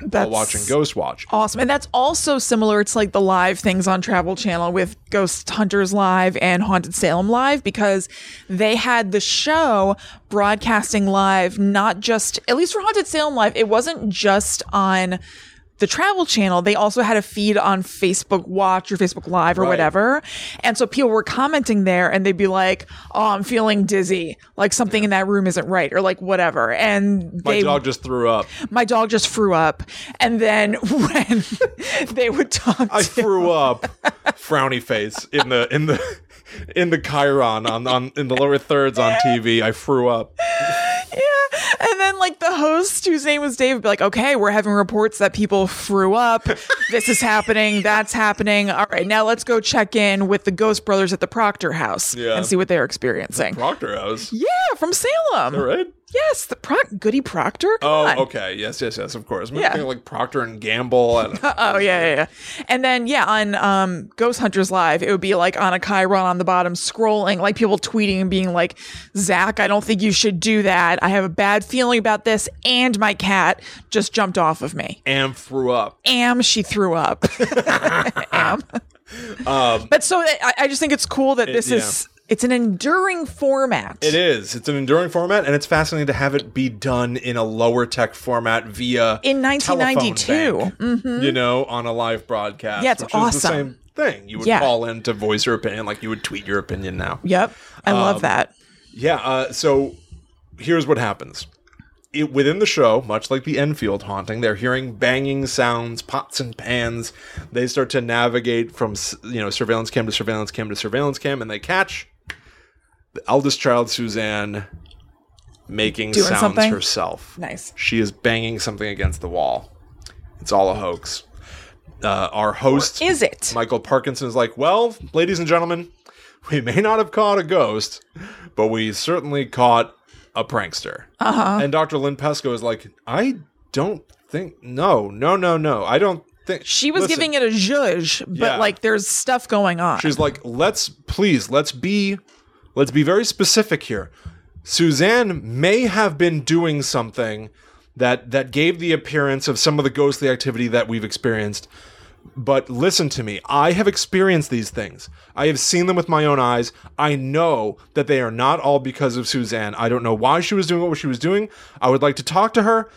B: That's
A: while watching Ghost Watch.
B: awesome. And that's also similar to like the live things on Travel Channel with Ghost Hunters Live and Haunted Salem Live because they had the show broadcasting live, not just, at least for Haunted Salem Live, it wasn't just on the Travel Channel. They also had a feed on Facebook Watch or Facebook Live or
A: Right.
B: whatever. And so people were commenting there and they'd be like, oh, I'm feeling dizzy. Like something in that room isn't right or like whatever. And
A: My
B: they
A: dog just threw up.
B: my dog just threw up. And then when they would talk,
A: I
B: to,
A: threw up frowny face in the in the in the Chiron on, on in the lower thirds on TV. I threw up.
B: and then like the host whose name was Dave would be like, okay, we're having reports that people threw up. This is happening. That's happening. All right, now let's go check in with the Ghost Brothers at the Proctor House
A: Yeah.
B: and see what they're experiencing.
A: Proctor House.
B: Yeah, from Salem.
A: All right.
B: Yes, the Proc Goody Proctor. Come
A: Oh,
B: on.
A: okay. Yes, yes, yes. Of course. I'm
B: Yeah.
A: thinking like Procter and Gamble. And,
B: Oh yeah, yeah, yeah. And then yeah, on um, Ghost Hunters Live, it would be like on a Chiron on the bottom, scrolling, like people tweeting and being like, "Zach, I don't think you should do that. I have a bad feeling about this, and my cat just jumped off of me.
A: and threw up.
B: Am she threw up? Am. but so I, I just think it's cool that this
A: Um, yeah.
B: is it's an enduring format.
A: It is. It's an enduring format, and it's fascinating to have it be done in a lower tech format via
B: In
A: telephone
B: 1992.
A: bank, You know, on a live broadcast.
B: Yeah, it's
A: which is the
B: awesome.
A: same thing. You would
B: Yeah.
A: call in to voice your opinion, like you would tweet your opinion now.
B: Yep, I
A: Um,
B: love that.
A: Yeah. Uh, so here's what happens. It, within the show, much like the Enfield haunting, they're hearing banging sounds, pots and pans. They start to navigate from s- you know surveillance cam to surveillance cam to surveillance cam, and they catch the eldest child, Suzanne, making
B: Doing
A: sounds
B: something?
A: herself.
B: Nice.
A: She is banging something against the wall. It's all a hoax. Uh, our host
B: Is it?
A: Michael Parkinson is like, well, ladies and gentlemen, we may not have caught a ghost, but we certainly caught a prankster. Uh-huh. And Dr. Lynn Pesco is like, I don't think, no, no, no, no, I don't think
B: she was
A: Listen,
B: giving it a zhuzh, but
A: Yeah.
B: like there's stuff going on.
A: She's like, let's please, let's be, let's be very specific here. Suzanne may have been doing something that that gave the appearance of some of the ghostly activity that we've experienced. But listen to me. I have experienced these things. I have seen them with my own eyes. I know that they are not all because of Suzanne. I don't know why she was doing what she was doing. I would like to talk to her.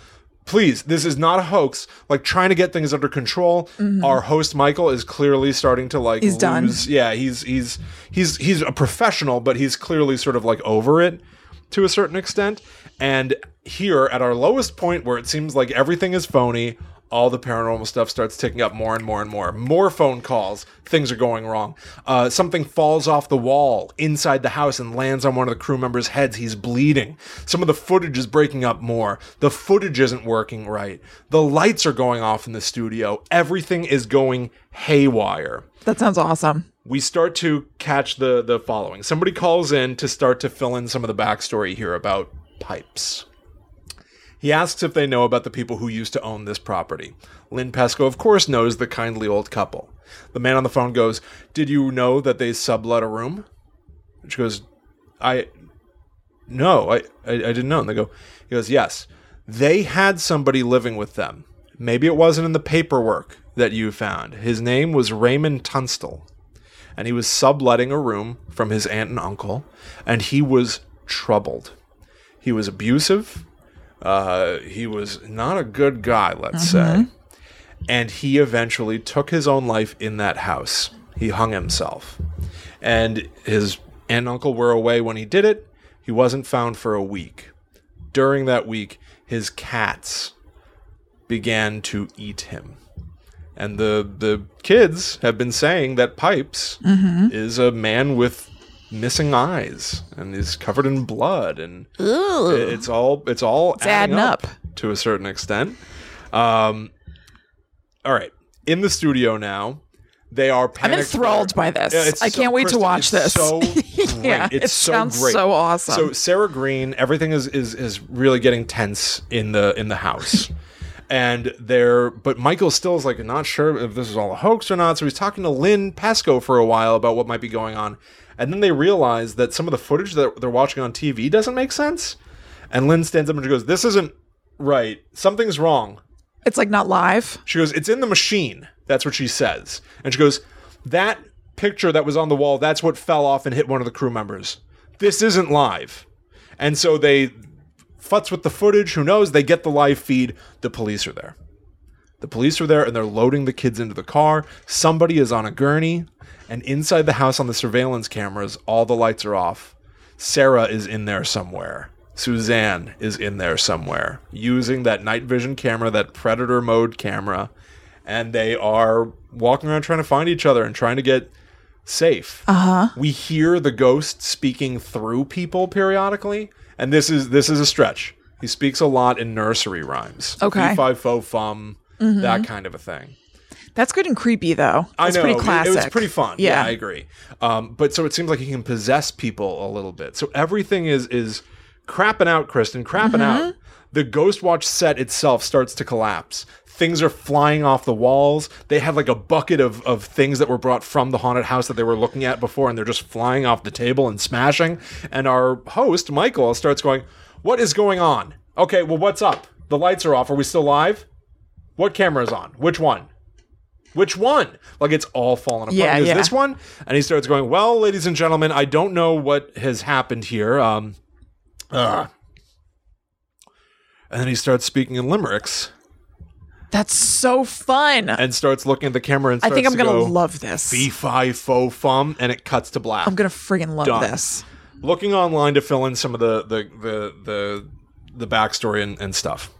A: Please, this is not a hoax. Like trying to get things under control. Our host Michael is clearly starting to like
B: Mm-hmm. He's done.
A: lose- Yeah, he's he's he's he's a professional, but he's clearly sort of like over it to a certain extent. And here at our lowest point where it seems like everything is phony, all the paranormal stuff starts ticking up more and more and more. More phone calls. Things are going wrong. Uh, something falls off the wall inside the house and lands on one of the crew members' heads. He's bleeding. Some of the footage is breaking up more. The footage isn't working right. The lights are going off in the studio. Everything is going haywire
B: that sounds awesome.
A: we start to catch the the following. Somebody calls in to start to fill in some of the backstory here about pipes. He asks if they know about the people who used to own this property. Lynn Pesco, of course, knows the kindly old couple. The man on the phone goes, "Did you know that they sublet a room?" She goes, "I, no, I, I, I didn't know." And they go, "He goes, yes, they had somebody living with them. Maybe it wasn't in the paperwork that you found. His name was Raymond Tunstall." and he was subletting a room from his aunt and uncle, and he was troubled. He was abusive. Uh, he was not a good guy, let's say. And he eventually took his own life in that house. He hung himself. And his aunt and uncle were away when he did it. He He wasn't found for a week. During that week, his cats began to eat him. And the the kids have been saying that Pipes is a man with missing eyes and is covered in blood and
B: Ooh.
A: it's all it's all adding,
B: adding
A: up,
B: up.
A: to a certain extent. Um, all right, in the studio now, they are.
B: I'm
A: Panic
B: enthralled by this.
A: Yeah, it's
B: I
A: so-
B: can't wait
A: Kristen,
B: to watch
A: it's
B: this.
A: So great.
B: yeah,
A: it's
B: it
A: so
B: sounds
A: great.
B: so awesome.
A: So Sarah Green, everything is is is really getting tense in the in the house. And they're, but Michael still is like not sure if this is all a hoax or not. So he's talking to Lynn Pasco for a while about what might be going on, and then they realize that some of the footage that they're watching on TV doesn't make sense. And Lynn stands up and she goes, "This isn't right. Something's wrong."
B: it's like not live.
A: She goes, It's in the machine. That's what she says. And she goes, That picture that was on the wall, that's what fell off and hit one of the crew members. This isn't live. And so they futz with the footage. Who knows? They get the live feed. The police are there. The police are there and they're loading the kids into the car. Somebody is on a gurney. And inside the house on the surveillance cameras, all the lights are off. Sarah is in there somewhere. Suzanne is in there somewhere using that night vision camera, that predator mode camera. And they are walking around trying to find each other and trying to get safe. Uh-huh. We hear the ghost speaking through people periodically, and this is this is a stretch. He speaks a lot in nursery rhymes.
B: Okay.
A: Fee, fi, fo, fum, that kind of a thing.
B: That's good and creepy though. It's
A: I know.
B: pretty
A: it-
B: classic.
A: It was pretty fun. Yeah, I agree. Um, but so it seems like he can possess people a little bit. So everything is is crapping out, Kristen, crapping
B: Mm-hmm.
A: out. The Ghost Watch set itself starts to collapse. Things are flying off the walls. They had like a bucket of, of things that were brought from the haunted house that they were looking at before, and they're just flying off the table and smashing. And our host, Michael, starts going, What is going on? Okay, well, what's up? The lights are off. Are we still live? What camera is on? Which one? Which one? Like it's all falling apart.
B: Yeah,
A: is
B: yeah.
A: this one? And he starts going, Well, ladies and gentlemen, I don't know what has happened here. Um uh. And then he starts speaking in limericks
B: That's so fun.
A: and starts looking at the camera and
B: I
A: starts
B: think I'm
A: to
B: gonna
A: go,
B: love this.
A: "Fee, fi fo fum and it cuts to black.
B: I'm gonna friggin' love
A: Done.
B: this.
A: looking online to fill in some of the the the the, the backstory and, and stuff.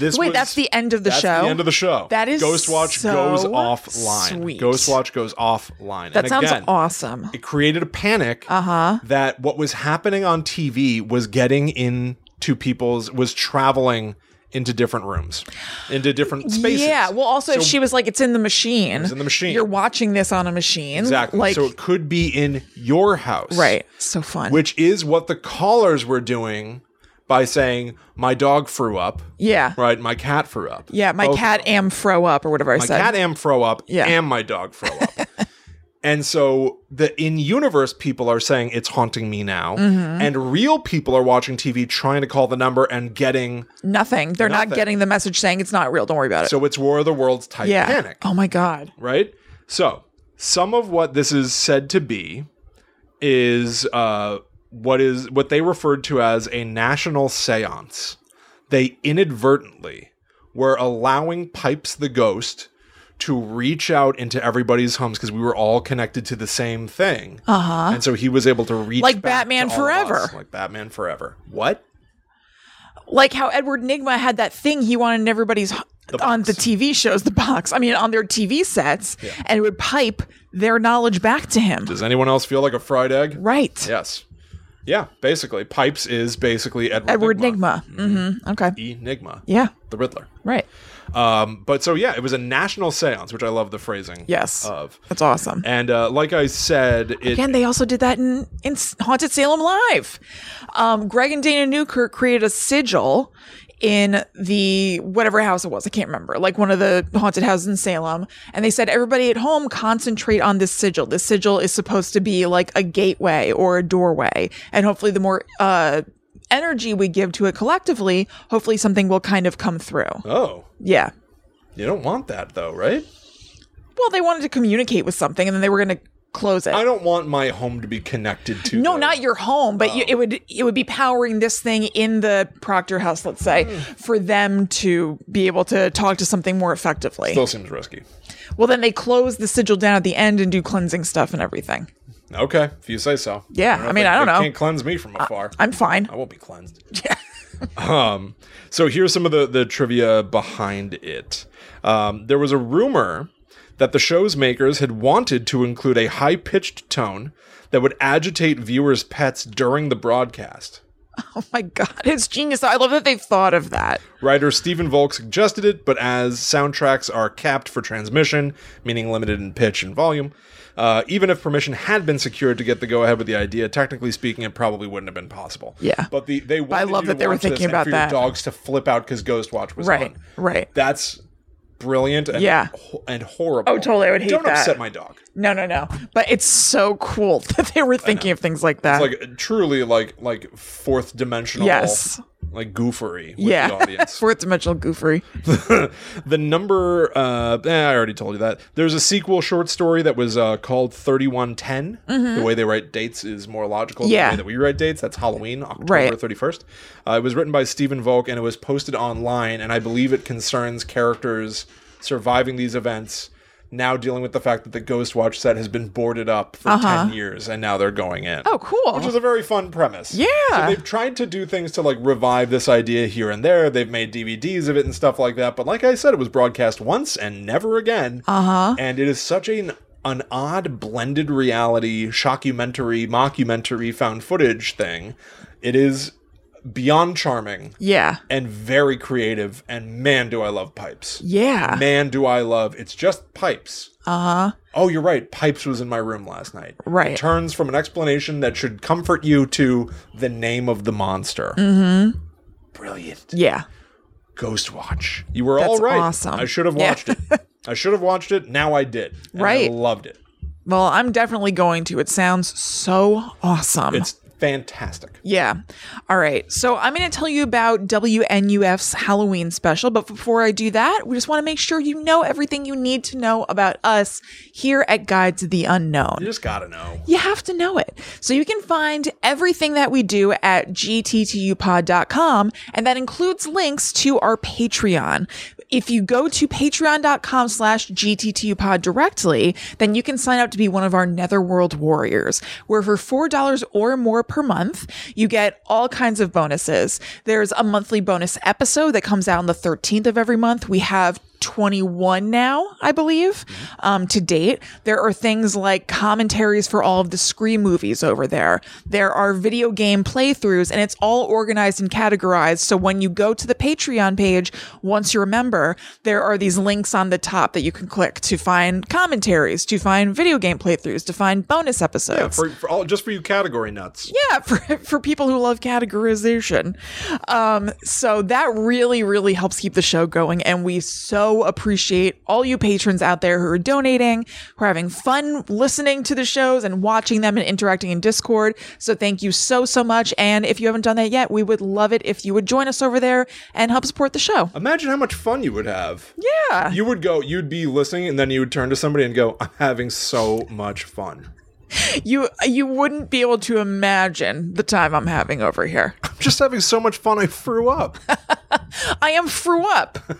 A: This
B: Wait,
A: was-
B: that's the end of the
A: that's
B: show.
A: the end of the show.
B: That is
A: Ghostwatch goes
B: so
A: offline.
B: sweet.
A: Ghostwatch goes offline.
B: that
A: and
B: sounds Uh-huh.
A: again,
B: awesome.
A: it created a panic that what was happening on TV was getting into people's was traveling into different rooms, into different spaces.
B: Yeah. Well, also
A: So-
B: if she was like, "It's in the machine." It's
A: in the machine.
B: You're watching this on a machine.
A: exactly.
B: Like
A: so it could be in your house,
B: right. So fun.
A: Which is what the callers were doing by saying, "My dog threw up."
B: yeah.
A: Right, my cat threw up.
B: Yeah. My
A: Oh,
B: cat am fro up or whatever I
A: my
B: said.
A: cat am throw up
B: Yeah.
A: and my dog throw up and so the in-universe people are saying it's haunting me now
B: Mm-hmm.
A: and real people are watching tv trying to call the number and getting
B: Nothing. They're
A: Nothing.
B: not getting the message saying it's not real. Don't worry about it.
A: so it's war of the worlds type
B: yeah.
A: panic
B: Oh my god.
A: right so some of what this is said to be is uh, what is what they referred to as a national séance they inadvertently were allowing Pipes the Ghost to reach out into everybody's homes because we were all connected to the same thing. Uh huh. And so he was able to reach
B: Uh-huh. Like
A: back
B: Batman
A: to all of us,
B: Forever.
A: like Batman Forever. What?
B: Like how Edward Nigma had that thing he wanted in everybody's on the TV shows, the box. I mean, on their TV sets, and it would pipe their knowledge back to him.
A: Does anyone else feel like a fried egg?
B: Right.
A: Yes. Yeah. Basically, Pipes is basically Edward,
B: Edward
A: Nigma. E.
B: Nigma. Mm-hmm. Okay.
A: Enigma.
B: Yeah.
A: The Riddler.
B: Right.
A: Um, but so yeah, it was a national séance, which I love the phrasing.
B: Yes.
A: Of.
B: That's awesome.
A: And uh, like I said, it,
B: Again, they also did that in, in Haunted Salem Live. Um, Greg and Dana Newkirk created a sigil in the whatever house it was. I can't remember, like one of the haunted houses in Salem. And they said, everybody at home, concentrate on this sigil. This sigil is supposed to be like a gateway or a doorway. And hopefully, the more uh, energy we give to it collectively, hopefully, something will kind of come through.
A: oh,
B: Yeah.
A: you don't want that though, right?
B: Well, they wanted to communicate with something and then they were going to close it.
A: I don't want my home to be connected to.
B: No,
A: the-
B: not your home, but you, it would it would be powering this thing in the Proctor house, let's say, for them to be able to talk to something more effectively.
A: Still seems risky.
B: well, then they close the sigil down at the end and do cleansing stuff and everything.
A: Okay, if you say so.
B: Yeah,
A: if
B: I mean,
A: they-
B: I don't
A: they
B: know.
A: Can't cleanse me from afar.
B: I'm fine.
A: I won't be cleansed. um, so here's some of the, the trivia behind it. Um, there was a rumor that the show's makers had wanted to include a high pitched tone that would agitate viewers' pets during the broadcast.
B: Oh my god, it's genius. I love that they've thought of that.
A: Writer Stephen Volk suggested it, but as soundtracks are capped for transmission, meaning limited in pitch and volume, uh, even if permission had been secured to get the go ahead with the idea, technically speaking, it probably wouldn't have been possible.
B: Yeah.
A: but the, they wanted
B: I love
A: you
B: that
A: to
B: they were
A: watch this
B: thinking
A: and
B: about
A: for
B: that.
A: Your dogs to flip out because Ghost Watch was
B: Right,
A: on.
B: right.
A: That's brilliant. And,
B: Yeah.
A: ho- and horrible.
B: Oh, totally, I would hate
A: Don't
B: that.
A: upset my dog.
B: No, no, no. But it's so cool that they were thinking of things like that.
A: It's like truly like like fourth dimensional.
B: yes.
A: like goofery. With the
B: Yeah.
A: audience.
B: Fourth dimensional goofery.
A: the number uh eh, i already told you that there's a sequel short story that was uh called 3110 the way they write dates is more logical than
B: Mm-hmm. Yeah.
A: the way that we write dates that's halloween october
B: Right.
A: 31st uh, it was written by stephen volk and it was posted online and i believe it concerns characters surviving these events now dealing with the fact that the ghost watch set has been boarded up for 10 years and now they're going in
B: Uh-huh. Oh, cool.
A: which is a very fun premise.
B: Yeah.
A: So they've tried to do things to like revive this idea here and there. They've made DVDs of it and stuff like that. But like I said, it was broadcast once and never again. Uh huh. And it is such an an odd blended reality shockumentary mockumentary found footage thing. It is beyond charming
B: yeah.
A: and very creative. And man, do I love pipes.
B: Yeah.
A: Man, do I love it's just pipes.
B: Uh huh.
A: Oh, you're right. Pipes was in my room last night.
B: Right.
A: It turns from an explanation that should comfort you to the name of the monster.
B: Mm-hmm.
A: Brilliant.
B: Yeah.
A: Ghost Watch. You were
B: That's
A: all right.
B: awesome.
A: I should have
B: Yeah.
A: watched it. I should have watched it. Now I did. And
B: Right.
A: I loved it.
B: Well, I'm definitely going to. It sounds so awesome.
A: It's fantastic.
B: Yeah. All right. So I'm going to tell you about WNUF's Halloween special. But before I do that, we just want to make sure you know everything you need to know about us here at Guide to the Unknown.
A: You just gotta know.
B: You have to know it. So you can find everything that we do at gttupod.com, and that includes links to our Patreon. If you go to patreon.com slash gttupod directly, then you can sign up to be one of our Netherworld Warriors, where for $4 or more per month, you get all kinds of bonuses. There's a monthly bonus episode that comes out on the 13th of every month. We have 21 now, I believe, um, to date. There are things like commentaries for all of the Scream movies over there. There are video game playthroughs, and it's all organized and categorized. So when you go to the Patreon page, once you're a member, there are these links on the top that you can click to find commentaries, to find video game playthroughs, to find bonus episodes.
A: For, for all, just for you category nuts.
B: Yeah, for, for people who love categorization. Um, so that really, really helps keep the show going. And we so appreciate all you patrons out there who are donating, who are having fun listening to the shows and watching them and interacting in Discord. So thank you so, so much. And if you haven't done that yet, we would love it if you would join us over there and help support the show.
A: Imagine how much fun you would have.
B: Yeah.
A: You would go, you'd be listening, and then you would turn to somebody and go, I'm having so much fun.
B: You, you wouldn't be able to imagine the time I'm having over here.
A: I'm just having so much fun, I threw up.
B: I am threw up.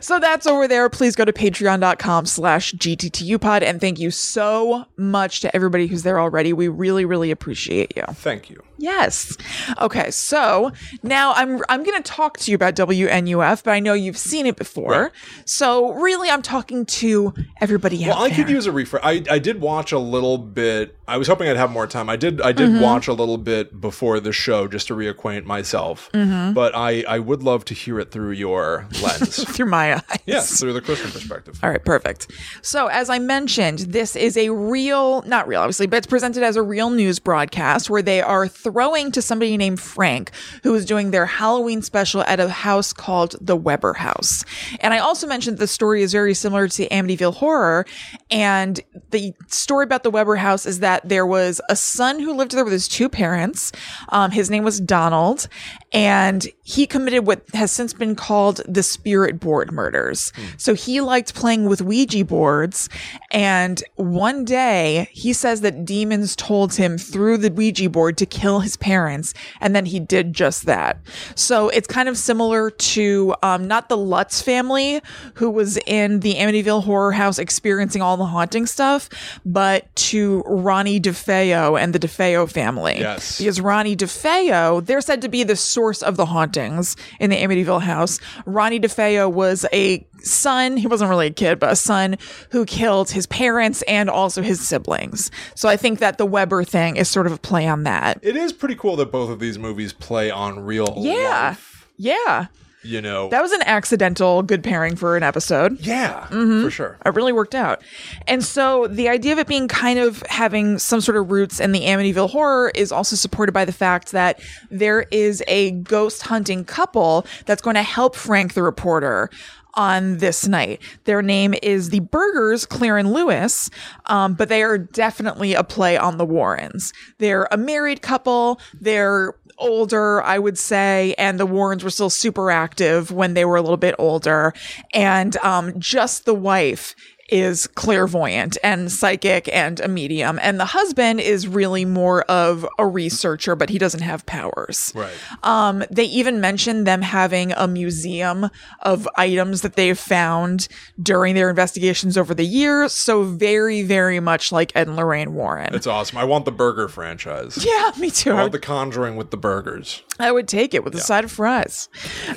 B: so that's over there. Please go to patreon.com slash gttupod. And thank you so much to everybody who's there already. We really, really appreciate you.
A: Thank you.
B: Yes. Okay. So now I'm I'm going to talk to you about WNUF, but I know you've seen it before.
A: Right.
B: So really, I'm talking to everybody out
A: Well, I
B: there.
A: could use a refresh. I, I did watch a little bit. I was hoping I'd have more time. I did I did
B: Mm-hmm.
A: watch a little bit before the show just to reacquaint myself.
B: Mm-hmm.
A: But I I would love to hear it through your lens.
B: through my eyes.
A: yes, through the Christian perspective.
B: All right, perfect. So, as I mentioned, this is a real, not real, obviously, but it's presented as a real news broadcast where they are throwing to somebody named Frank, who is doing their Halloween special at a house called the Weber House. And I also mentioned the story is very similar to Amityville Horror. And the story about the Weber House is that there was a son who lived there with his two parents. Um, his name was Donald. and he committed what has since been called the spirit board murders. So he liked playing with Ouija boards. And one day he says that demons told him through the Ouija board to kill his parents. And then he did just that. So it's kind of similar to um, not the Lutz family who was in the Amityville horror house experiencing all the haunting stuff, but to Ronnie DeFeo and the DeFeo family.
A: Yes.
B: Because Ronnie DeFeo, they're said to be the source of the hauntings in the Amityville house. Ronnie DeFeo was a son, he wasn't really a kid, but a son who killed his parents and also his siblings. So I think that the Weber thing is sort of a play on that.
A: It is pretty cool that both of these movies play on real
B: Yeah.
A: life.
B: Yeah.
A: You know.
B: That was an accidental good pairing for an episode.
A: yeah,
B: Mm-hmm.
A: for sure.
B: It really worked out. And so the idea of it being kind of having some sort of roots in the Amityville horror is also supported by the fact that there is a ghost hunting couple that's going to help Frank the reporter on this night. Their name is the Burgers, Claire and Lewis, um, but they are definitely a play on the Warrens. They're a married couple. They're older, I would say, and the Warrens were still super active when they were a little bit older. And um, just the wife is clairvoyant and psychic and a medium. And the husband is really more of a researcher, but he doesn't have powers.
A: Right.
B: Um, they even mentioned them having a museum of items that they've found during their investigations over the years. So very, very much like Ed and Lorraine Warren.
A: It's awesome. I want the burger franchise.
B: yeah, me too.
A: I want the conjuring with the burgers.
B: I would take it with a side of fries.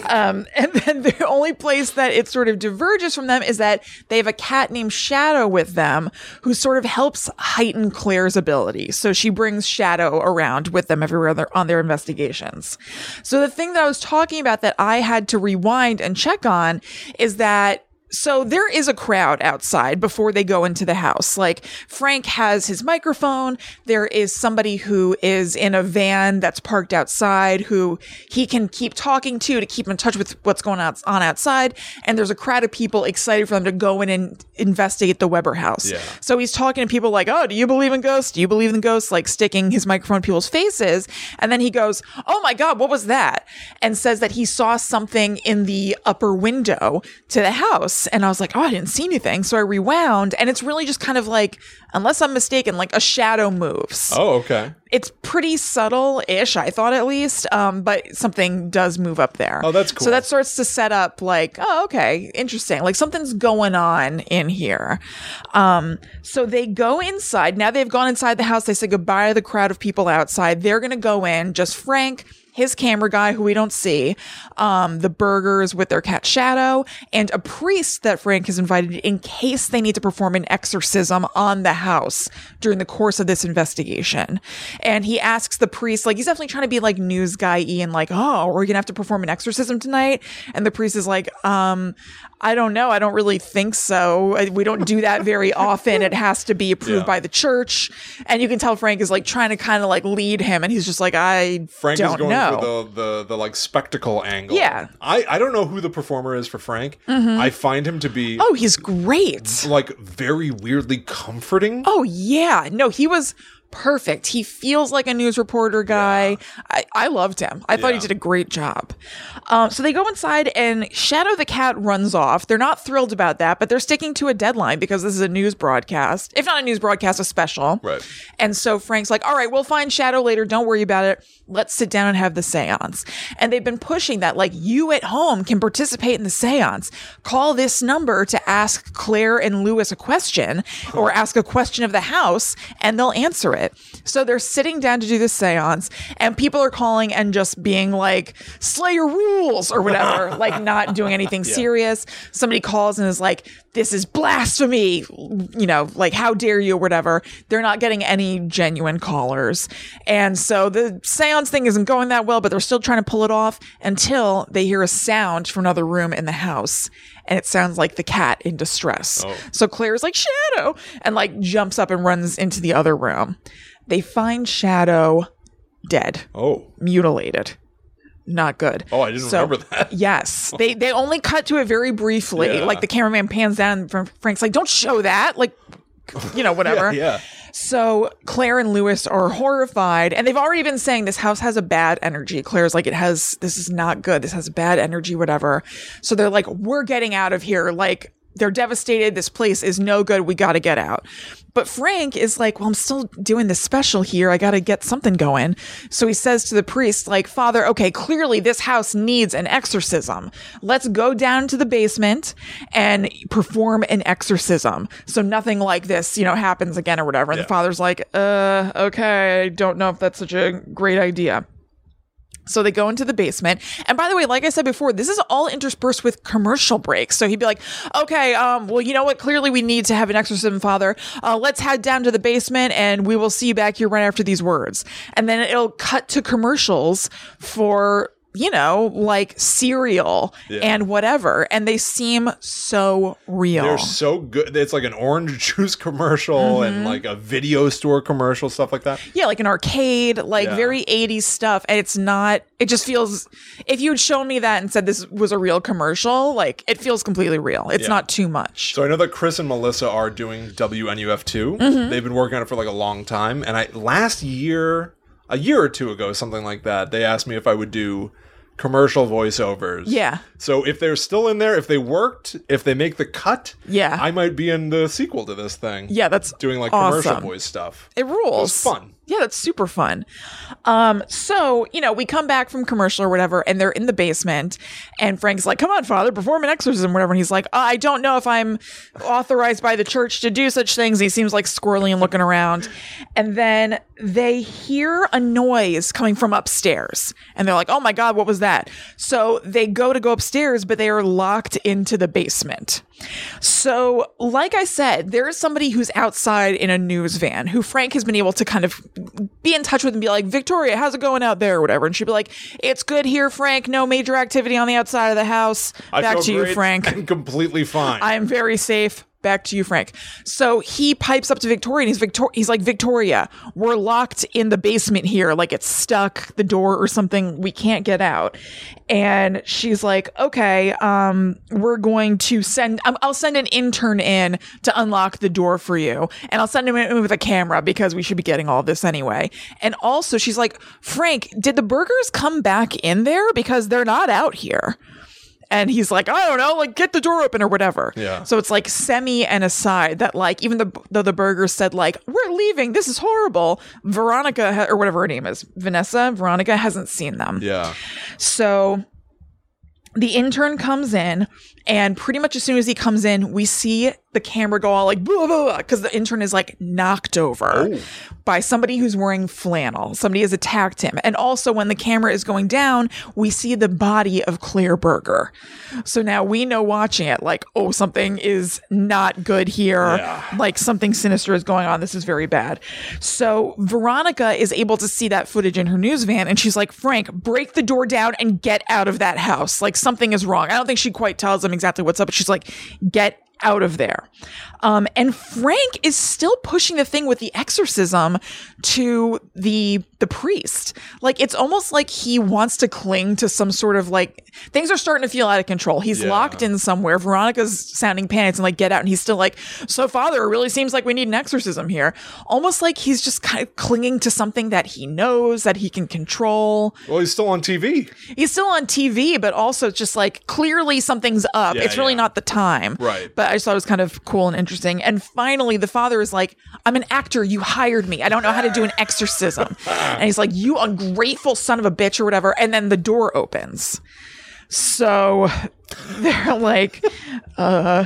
B: Um, and then the only place that it sort of diverges from them is that they have a cat named Shadow with them who sort of helps heighten Claire's ability. So she brings Shadow around with them everywhere on their, on their investigations. So the thing that I was talking about that I had to rewind and check on is that so there is a crowd outside before they go into the house. Like Frank has his microphone. There is somebody who is in a van that's parked outside who he can keep talking to to keep in touch with what's going outs- on outside. And there's a crowd of people excited for them to go in and investigate the Weber house.
A: Yeah.
B: So he's talking to people like, "Oh, do you believe in ghosts? Do you believe in ghosts?" Like sticking his microphone in people's faces, and then he goes, "Oh my god, what was that?" and says that he saw something in the upper window to the house. And I was like, "Oh, I didn't see anything." So I rewound, and it's really just kind of like, unless I'm mistaken, like a shadow moves.
A: Oh, okay.
B: It's pretty subtle-ish, I thought at least, um, but something does move up there.
A: Oh, that's cool.
B: So that starts to set up like, oh, okay, interesting. Like something's going on in here. Um, so they go inside. Now they've gone inside the house. They say goodbye to the crowd of people outside. They're gonna go in. Just Frank, his camera guy, who we don't see, um, the burgers with their cat Shadow, and a priest that Frank has invited in case they need to perform an exorcism on the house during the course of this investigation. And he asks the priest, like he's definitely trying to be like news guy y and like, oh, we're gonna have to perform an exorcism tonight. And the priest is like, um, I don't know, I don't really think so. I- We don't do that very often. It has to be approved
A: Yeah.
B: by the church. And you can tell Frank is like trying to kind of like lead him, and he's just like, I
A: Frank
B: don't
A: is going
B: know.
A: for the, the the like spectacle angle.
B: Yeah. Mm-hmm.
A: I I don't know who the performer is for Frank. I find him to be
B: oh, he's great.
A: like very weirdly comforting.
B: Oh yeah, no, he was perfect. He feels like a news reporter guy. I, I loved him. I thought he
A: Yeah.
B: did a great job. Um, so they go inside, and Shadow the cat runs off. They're not thrilled about that, but they're sticking to a deadline because this is a news broadcast. If not a news broadcast, a special.
A: Right.
B: And so Frank's like, all right, we'll find Shadow later. Don't worry about it. Let's sit down and have the seance. And they've been pushing that, like, you at home can participate in the seance. Call this number to ask Claire and Lewis a question or ask a question of the house, and they'll answer it. So they're sitting down to do the seance, and people are calling and just being like, slay your rules or whatever, like, not doing anything serious. Somebody calls and is like, this is blasphemy, you know, like, how dare you or whatever. They're not getting any genuine callers. And so the seance thing isn't going that well, but they're still trying to pull it off until they hear a sound from another room in the house. And it sounds like the cat in distress. So Claire's like, Shadow, and like jumps up and runs into the other room. They find Shadow dead,
A: Oh.
B: mutilated. Not good.
A: Oh, I didn't
B: So-
A: remember that.
B: Yes, they they only cut to it very briefly.
A: Yeah.
B: Like the cameraman pans down, and Frank's like, "Don't show that." Like, you know, whatever.
A: Yeah.
B: So Claire and Lewis are horrified, and they've already been saying this house has a bad energy. Claire's like, it has, this is not good. This has bad energy, whatever. So they're like, we're getting out of here. Like, they're devastated. This place is no good. We got to get out. But Frank is like, well, I'm still doing this special here. I got to get something going. So he says to the priest, like, Father, okay, clearly this house needs an exorcism. Let's go down to the basement and perform an exorcism. So nothing like this, you know, happens again or whatever. And
A: Yeah.
B: the father's like, uh, okay, I don't know if that's such a great idea. So they go into the basement. And by the way, like I said before, this is all interspersed with commercial breaks. So he'd be like, okay, um, well, you know what? Clearly we need to have an exorcism, Father. Uh, let's head down to the basement and we will see you back here right after these words. And then it'll cut to commercials for, you know, like cereal and whatever. And they seem so real.
A: They're so good. It's like an orange juice commercial
B: Mm-hmm.
A: and like a video store commercial, stuff like that.
B: Yeah, like an arcade, like
A: Yeah.
B: very 80s stuff. And it's not, it just feels, if you had shown me that and said this was a real commercial, like it feels completely real. It's not too much.
A: So I know that Chris and Melissa are doing WNUF2.
B: Mm-hmm.
A: They've been working on it for like a long time. And I last year, a year or two ago, something like that, they asked me if I would do commercial voiceovers.
B: yeah.
A: So if they're still in there, if they worked, if they make the cut,
B: Yeah.
A: I might be in the sequel to this thing.
B: Yeah, that's
A: Doing like
B: awesome.
A: commercial voice stuff.
B: It rules.
A: It's fun.
B: Yeah, that's super fun. Um, so, you know, we come back from commercial or whatever, and they're in the basement, and Frank's like, Come on, Father, perform an exorcism, whatever. And he's like, I don't know if I'm authorized by the church to do such things. He seems like squirrely and looking around. And then they hear a noise coming from upstairs, and they're like, Oh my God, what was that? So they go to go upstairs, but they are locked into the basement. So, like I said, there is somebody who's outside in a news van who Frank has been able to kind of be in touch with and be like, Victoria, how's it going out there or whatever? And she'd be like, It's good here, Frank. No major activity on the outside of the house.
A: I
B: Back
A: feel
B: to you,
A: great
B: Frank.
A: And completely fine.
B: I am very safe. Back to you, Frank. So he pipes up to Victoria and he's Victor- he's like, Victoria, we're locked in the basement here. Like it's stuck, the door or something. We can't get out. And she's like, okay, um, we're going to send, um, I'll send an intern in to unlock the door for you. And I'll send him in with a camera because we should be getting all this anyway. And also she's like, Frank, did the burgers come back in there? Because they're not out here and he's like, I don't know, like get the door open or whatever.
A: Yeah.
B: So it's like semi and aside that like even the, though the burger said like we're leaving, this is horrible. Veronica ha- or whatever her name is, Vanessa, Veronica hasn't seen them.
A: yeah.
B: So the intern comes in, and pretty much as soon as he comes in, we see the camera go all like blah blah blah because the intern is like knocked over by somebody who's wearing flannel. Somebody has attacked him, and also when the camera is going down, we see the body of Claire Berger. So now we know watching it like oh something is not good here
A: Yeah.
B: like something sinister is going on. This is very bad. So Veronica is able to see that footage in her news van and she's like, Frank, break the door down and get out of that house. Like something is wrong. I don't think she quite tells him exactly what's up, but she's like, get out of there. Um, and Frank is still pushing the thing with the exorcism to the the priest. Like it's almost like he wants to cling to some sort of like things are starting to feel out of control. He's
A: Yeah.
B: locked in somewhere. Veronica's sounding panics and like get out, and he's still like, "So, Father, it really seems like we need an exorcism here." Almost like he's just kind of clinging to something that he knows that he can control.
A: Well, he's still on TV.
B: He's still on TV, but also it's just like clearly something's up.
A: Yeah,
B: it's really
A: yeah.
B: not the time,
A: Right.
B: But I just thought it was kind of cool and interesting. And finally, the father is like, "I'm an actor. You hired me. I don't know how to do an exorcism." and he's like, "You ungrateful son of a bitch," or whatever. And then the door opens. So they're like, uh,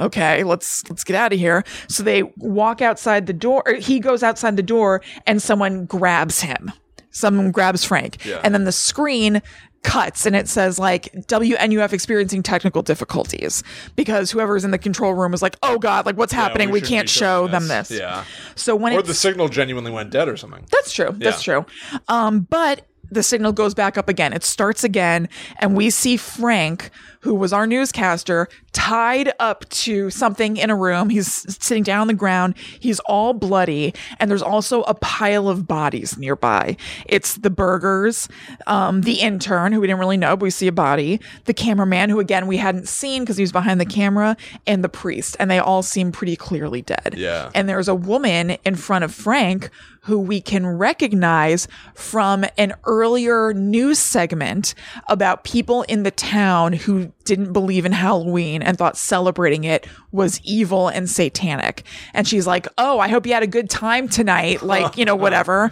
B: okay, let's let's get out of here. So they walk outside the door. Or he goes outside the door, and someone grabs him. Someone grabs Frank,
A: Yeah.
B: and then the screen cuts and it says like WNUF experiencing technical difficulties because whoever's in the control room was like, oh god, like what's happening? we
A: shouldn't be
B: can't show
A: showing
B: them
A: this.
B: this.
A: Yeah.
B: So when
A: Or
B: it's
A: the signal genuinely went dead or something.
B: that's true. That's
A: Yeah.
B: true. Um, but the signal goes back up again. It starts again, and we see Frank, who was our newscaster, tied up to something in a room. He's sitting down on the ground. He's all bloody, and there's also a pile of bodies nearby. It's the burgers, um, the intern who we didn't really know, but we see a body, the cameraman who again we hadn't seen because he was behind the camera, and the priest, and they all seem pretty clearly dead.
A: Yeah.
B: And there's a woman in front of Frank who we can recognize from an earlier news segment about people in the town who didn't believe in Halloween and thought celebrating it was evil and satanic. And she's like, "Oh, I hope you had a good time tonight." Like, you know, whatever.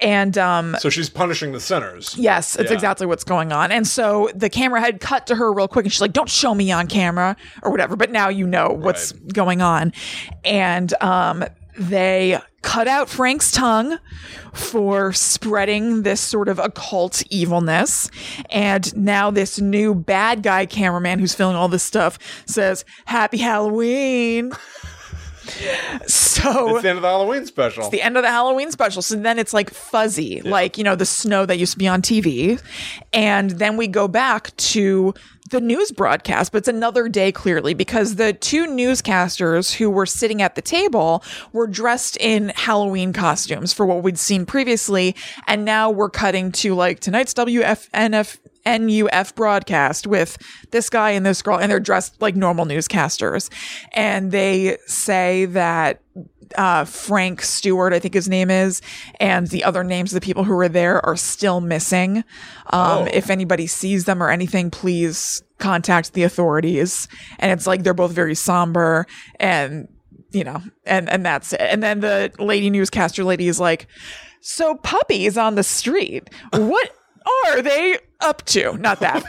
B: And um
A: So she's punishing the sinners.
B: Yes, it's
A: Yeah.
B: exactly what's going on. And so the camera had cut to her real quick and she's like, Don't show me on camera or whatever. But now you know what's going on. And um, they cut out Frank's tongue for spreading this sort of occult evilness. And now this new bad guy cameraman who's filming all this stuff says, Happy Halloween. So
A: It's the end of the Halloween special.
B: the end of the Halloween special. So then it's like fuzzy, like, you know, the snow that used to be on TV. And then we go back to the news broadcast, but it's another day clearly because the two newscasters who were sitting at the table were dressed in Halloween costumes for what we'd seen previously. And now we're cutting to like tonight's WFNF. NUF broadcast with this guy and this girl, and they're dressed like normal newscasters. And they say that uh, Frank Stewart, I think his name is, and the other names of the people who were there are still missing. Um,
A: Oh.
B: If anybody sees them or anything, please contact the authorities. And it's like they're both very somber and you know, and and that's it. And then the lady newscaster lady is like, "So puppies on the street, what are they up to?" Not that.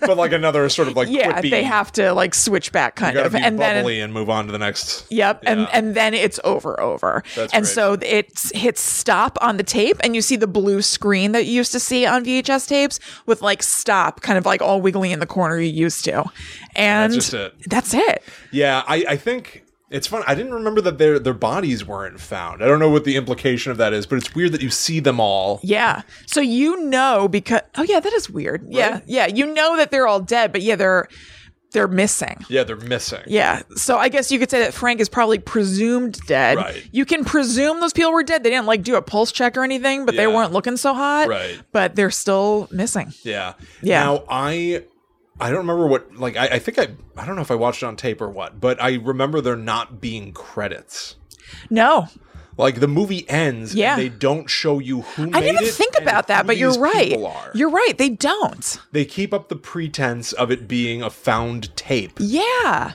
A: but like another sort of like
B: yeah,
A: quippy,
B: they have to like switch back kind
A: gotta
B: of,
A: be
B: and then
A: bubbly and move on to the next.
B: Yep. And
A: Yeah.
B: and then it's over over.
A: That's
B: and
A: great.
B: so it hits stop on the tape and you see the blue screen that you used to see on VHS tapes with like stop kind of like all wiggly in the corner you used to. And
A: just it.
B: that's it.
A: Yeah, I, I think it's fun. I didn't remember that their their bodies weren't found. I don't know what the implication of that is, but it's weird that you see them all.
B: Yeah. So you know because oh yeah, that is weird. Yeah. Yeah, you know that they're all dead, but yeah, they're they're missing.
A: Yeah, they're missing.
B: Yeah. So I guess you could say that Frank is probably presumed dead.
A: Right.
B: You can presume those people were dead. They didn't like do a pulse check or anything, but they
A: Yeah.
B: weren't looking so hot.
A: Right.
B: But they're still missing.
A: Yeah.
B: Yeah.
A: Now I I don't remember what like I, I think I I don't know if I watched it on tape or what, but I remember there not being credits.
B: No.
A: Like the movie ends
B: Yeah.
A: and they don't show you who made
B: I didn't even
A: it
B: think
A: and
B: about that,
A: who
B: but you're
A: these
B: right.
A: people are.
B: You're right. They don't.
A: They keep up the pretense of it being a found tape.
B: Yeah.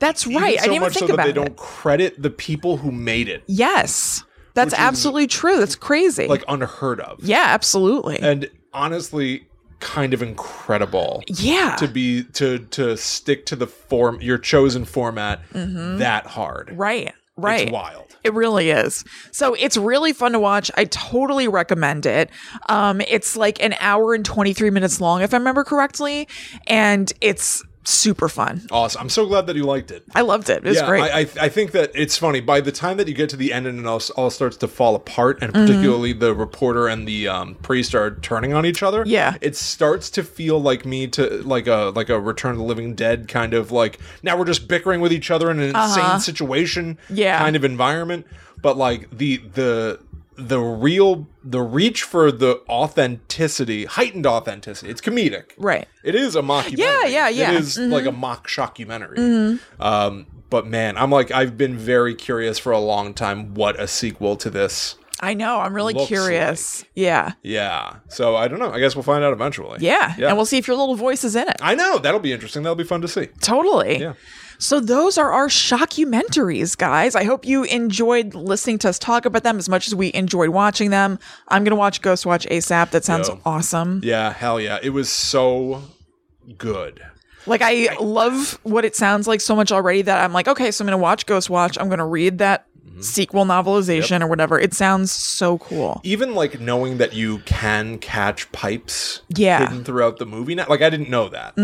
B: That's right. I
A: so
B: didn't even
A: much
B: think
A: so
B: about
A: that they
B: it.
A: don't credit the people who made it.
B: yes. That's absolutely true. That's crazy.
A: Like unheard of.
B: yeah, absolutely.
A: and honestly kind of incredible
B: yeah.
A: to be to to stick to the form your chosen format that hard
B: right. Right.
A: it's wild
B: It really is. So it's really fun to watch. I totally recommend it. Um, it's like an hour and 23 minutes long, if I remember correctly. And it's super fun.
A: awesome i'm so glad that you liked it
B: I loved it. It was
A: yeah,
B: great.
A: I, I I think that it's funny. By the time that you get to the end and it all, all starts to fall apart, and
B: Mm-hmm.
A: particularly the reporter and the um, priest are turning on each other,
B: Yeah.
A: it starts to feel like me to like a like a Return of the Living Dead kind of like now we're just bickering with each other in an insane situation,
B: Uh-huh. Yeah.
A: kind of environment. But like the the the real the reach for the authenticity heightened authenticity it's comedic
B: Right.
A: it is a mockumentary
B: yeah, yeah. Mm-hmm.
A: it is like a mock shockumentary. Um, but man, I'm like I've been very curious for a long time what a sequel to this.
B: I know. I'm really
A: Looks
B: curious. Yeah.
A: Yeah. So I don't know. I guess we'll find out eventually.
B: yeah.
A: Yeah.
B: And we'll see if your little voice is in it.
A: I know that'll be interesting. That'll be fun to see.
B: Totally.
A: Yeah.
B: So those are our shockumentaries, guys. I hope you enjoyed listening to us talk about them as much as we enjoyed watching them. I'm gonna watch Ghost Watch ASAP. That sounds
A: Yo.
B: awesome.
A: Yeah. Hell yeah. It was so good.
B: Like I love what it sounds like so much already that I'm like, okay, so I'm gonna watch Ghost Watch. I'm gonna read that sequel novelization or whatever. It sounds so cool.
A: Even like knowing that you can catch pipes
B: Yeah. Mm-hmm.
A: hidden throughout the movie. Not, like I didn't know that,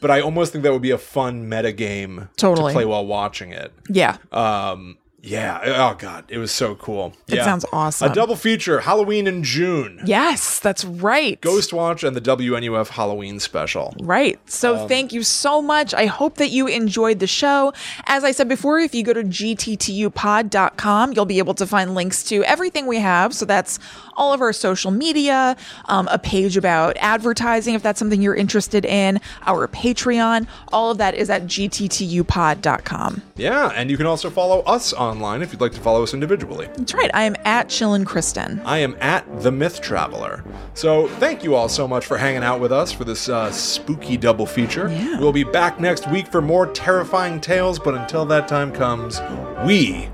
A: but I almost think that would be a fun meta game
B: Totally.
A: to play while watching it.
B: Yeah.
A: Um, Yeah. Oh God, it was so cool.
B: It
A: yeah.
B: sounds awesome.
A: A double feature: Halloween in June,
B: yes, that's right.
A: Ghost Watch, and the WNUF Halloween special.
B: Right. So thank you so much. I hope that you enjoyed the show. As I said before, if you go to gttupod.com, you'll be able to find links to everything we have. So that's all of our social media, um, a page about advertising if that's something you're interested in, our Patreon. All of that is at gttupod.com.
A: Yeah, and you can also follow us online if you'd like to follow us individually.
B: That's right. I am at Chillin' Kristen.
A: I am at the Myth Traveler. So thank you all so much for hanging out with us for this uh, spooky double feature.
B: Yeah.
A: We'll be back next week for more terrifying tales, but until that time comes, we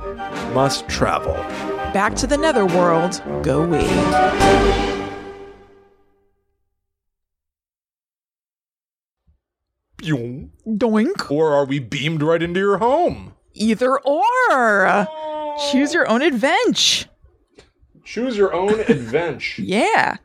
A: must travel.
B: Back to the netherworld. Go we.
A: Pew.
B: Doink.
A: Or are we beamed right into your home?
B: Either or. Choose your own adventure.
A: Choose your own adventure.
B: Yeah.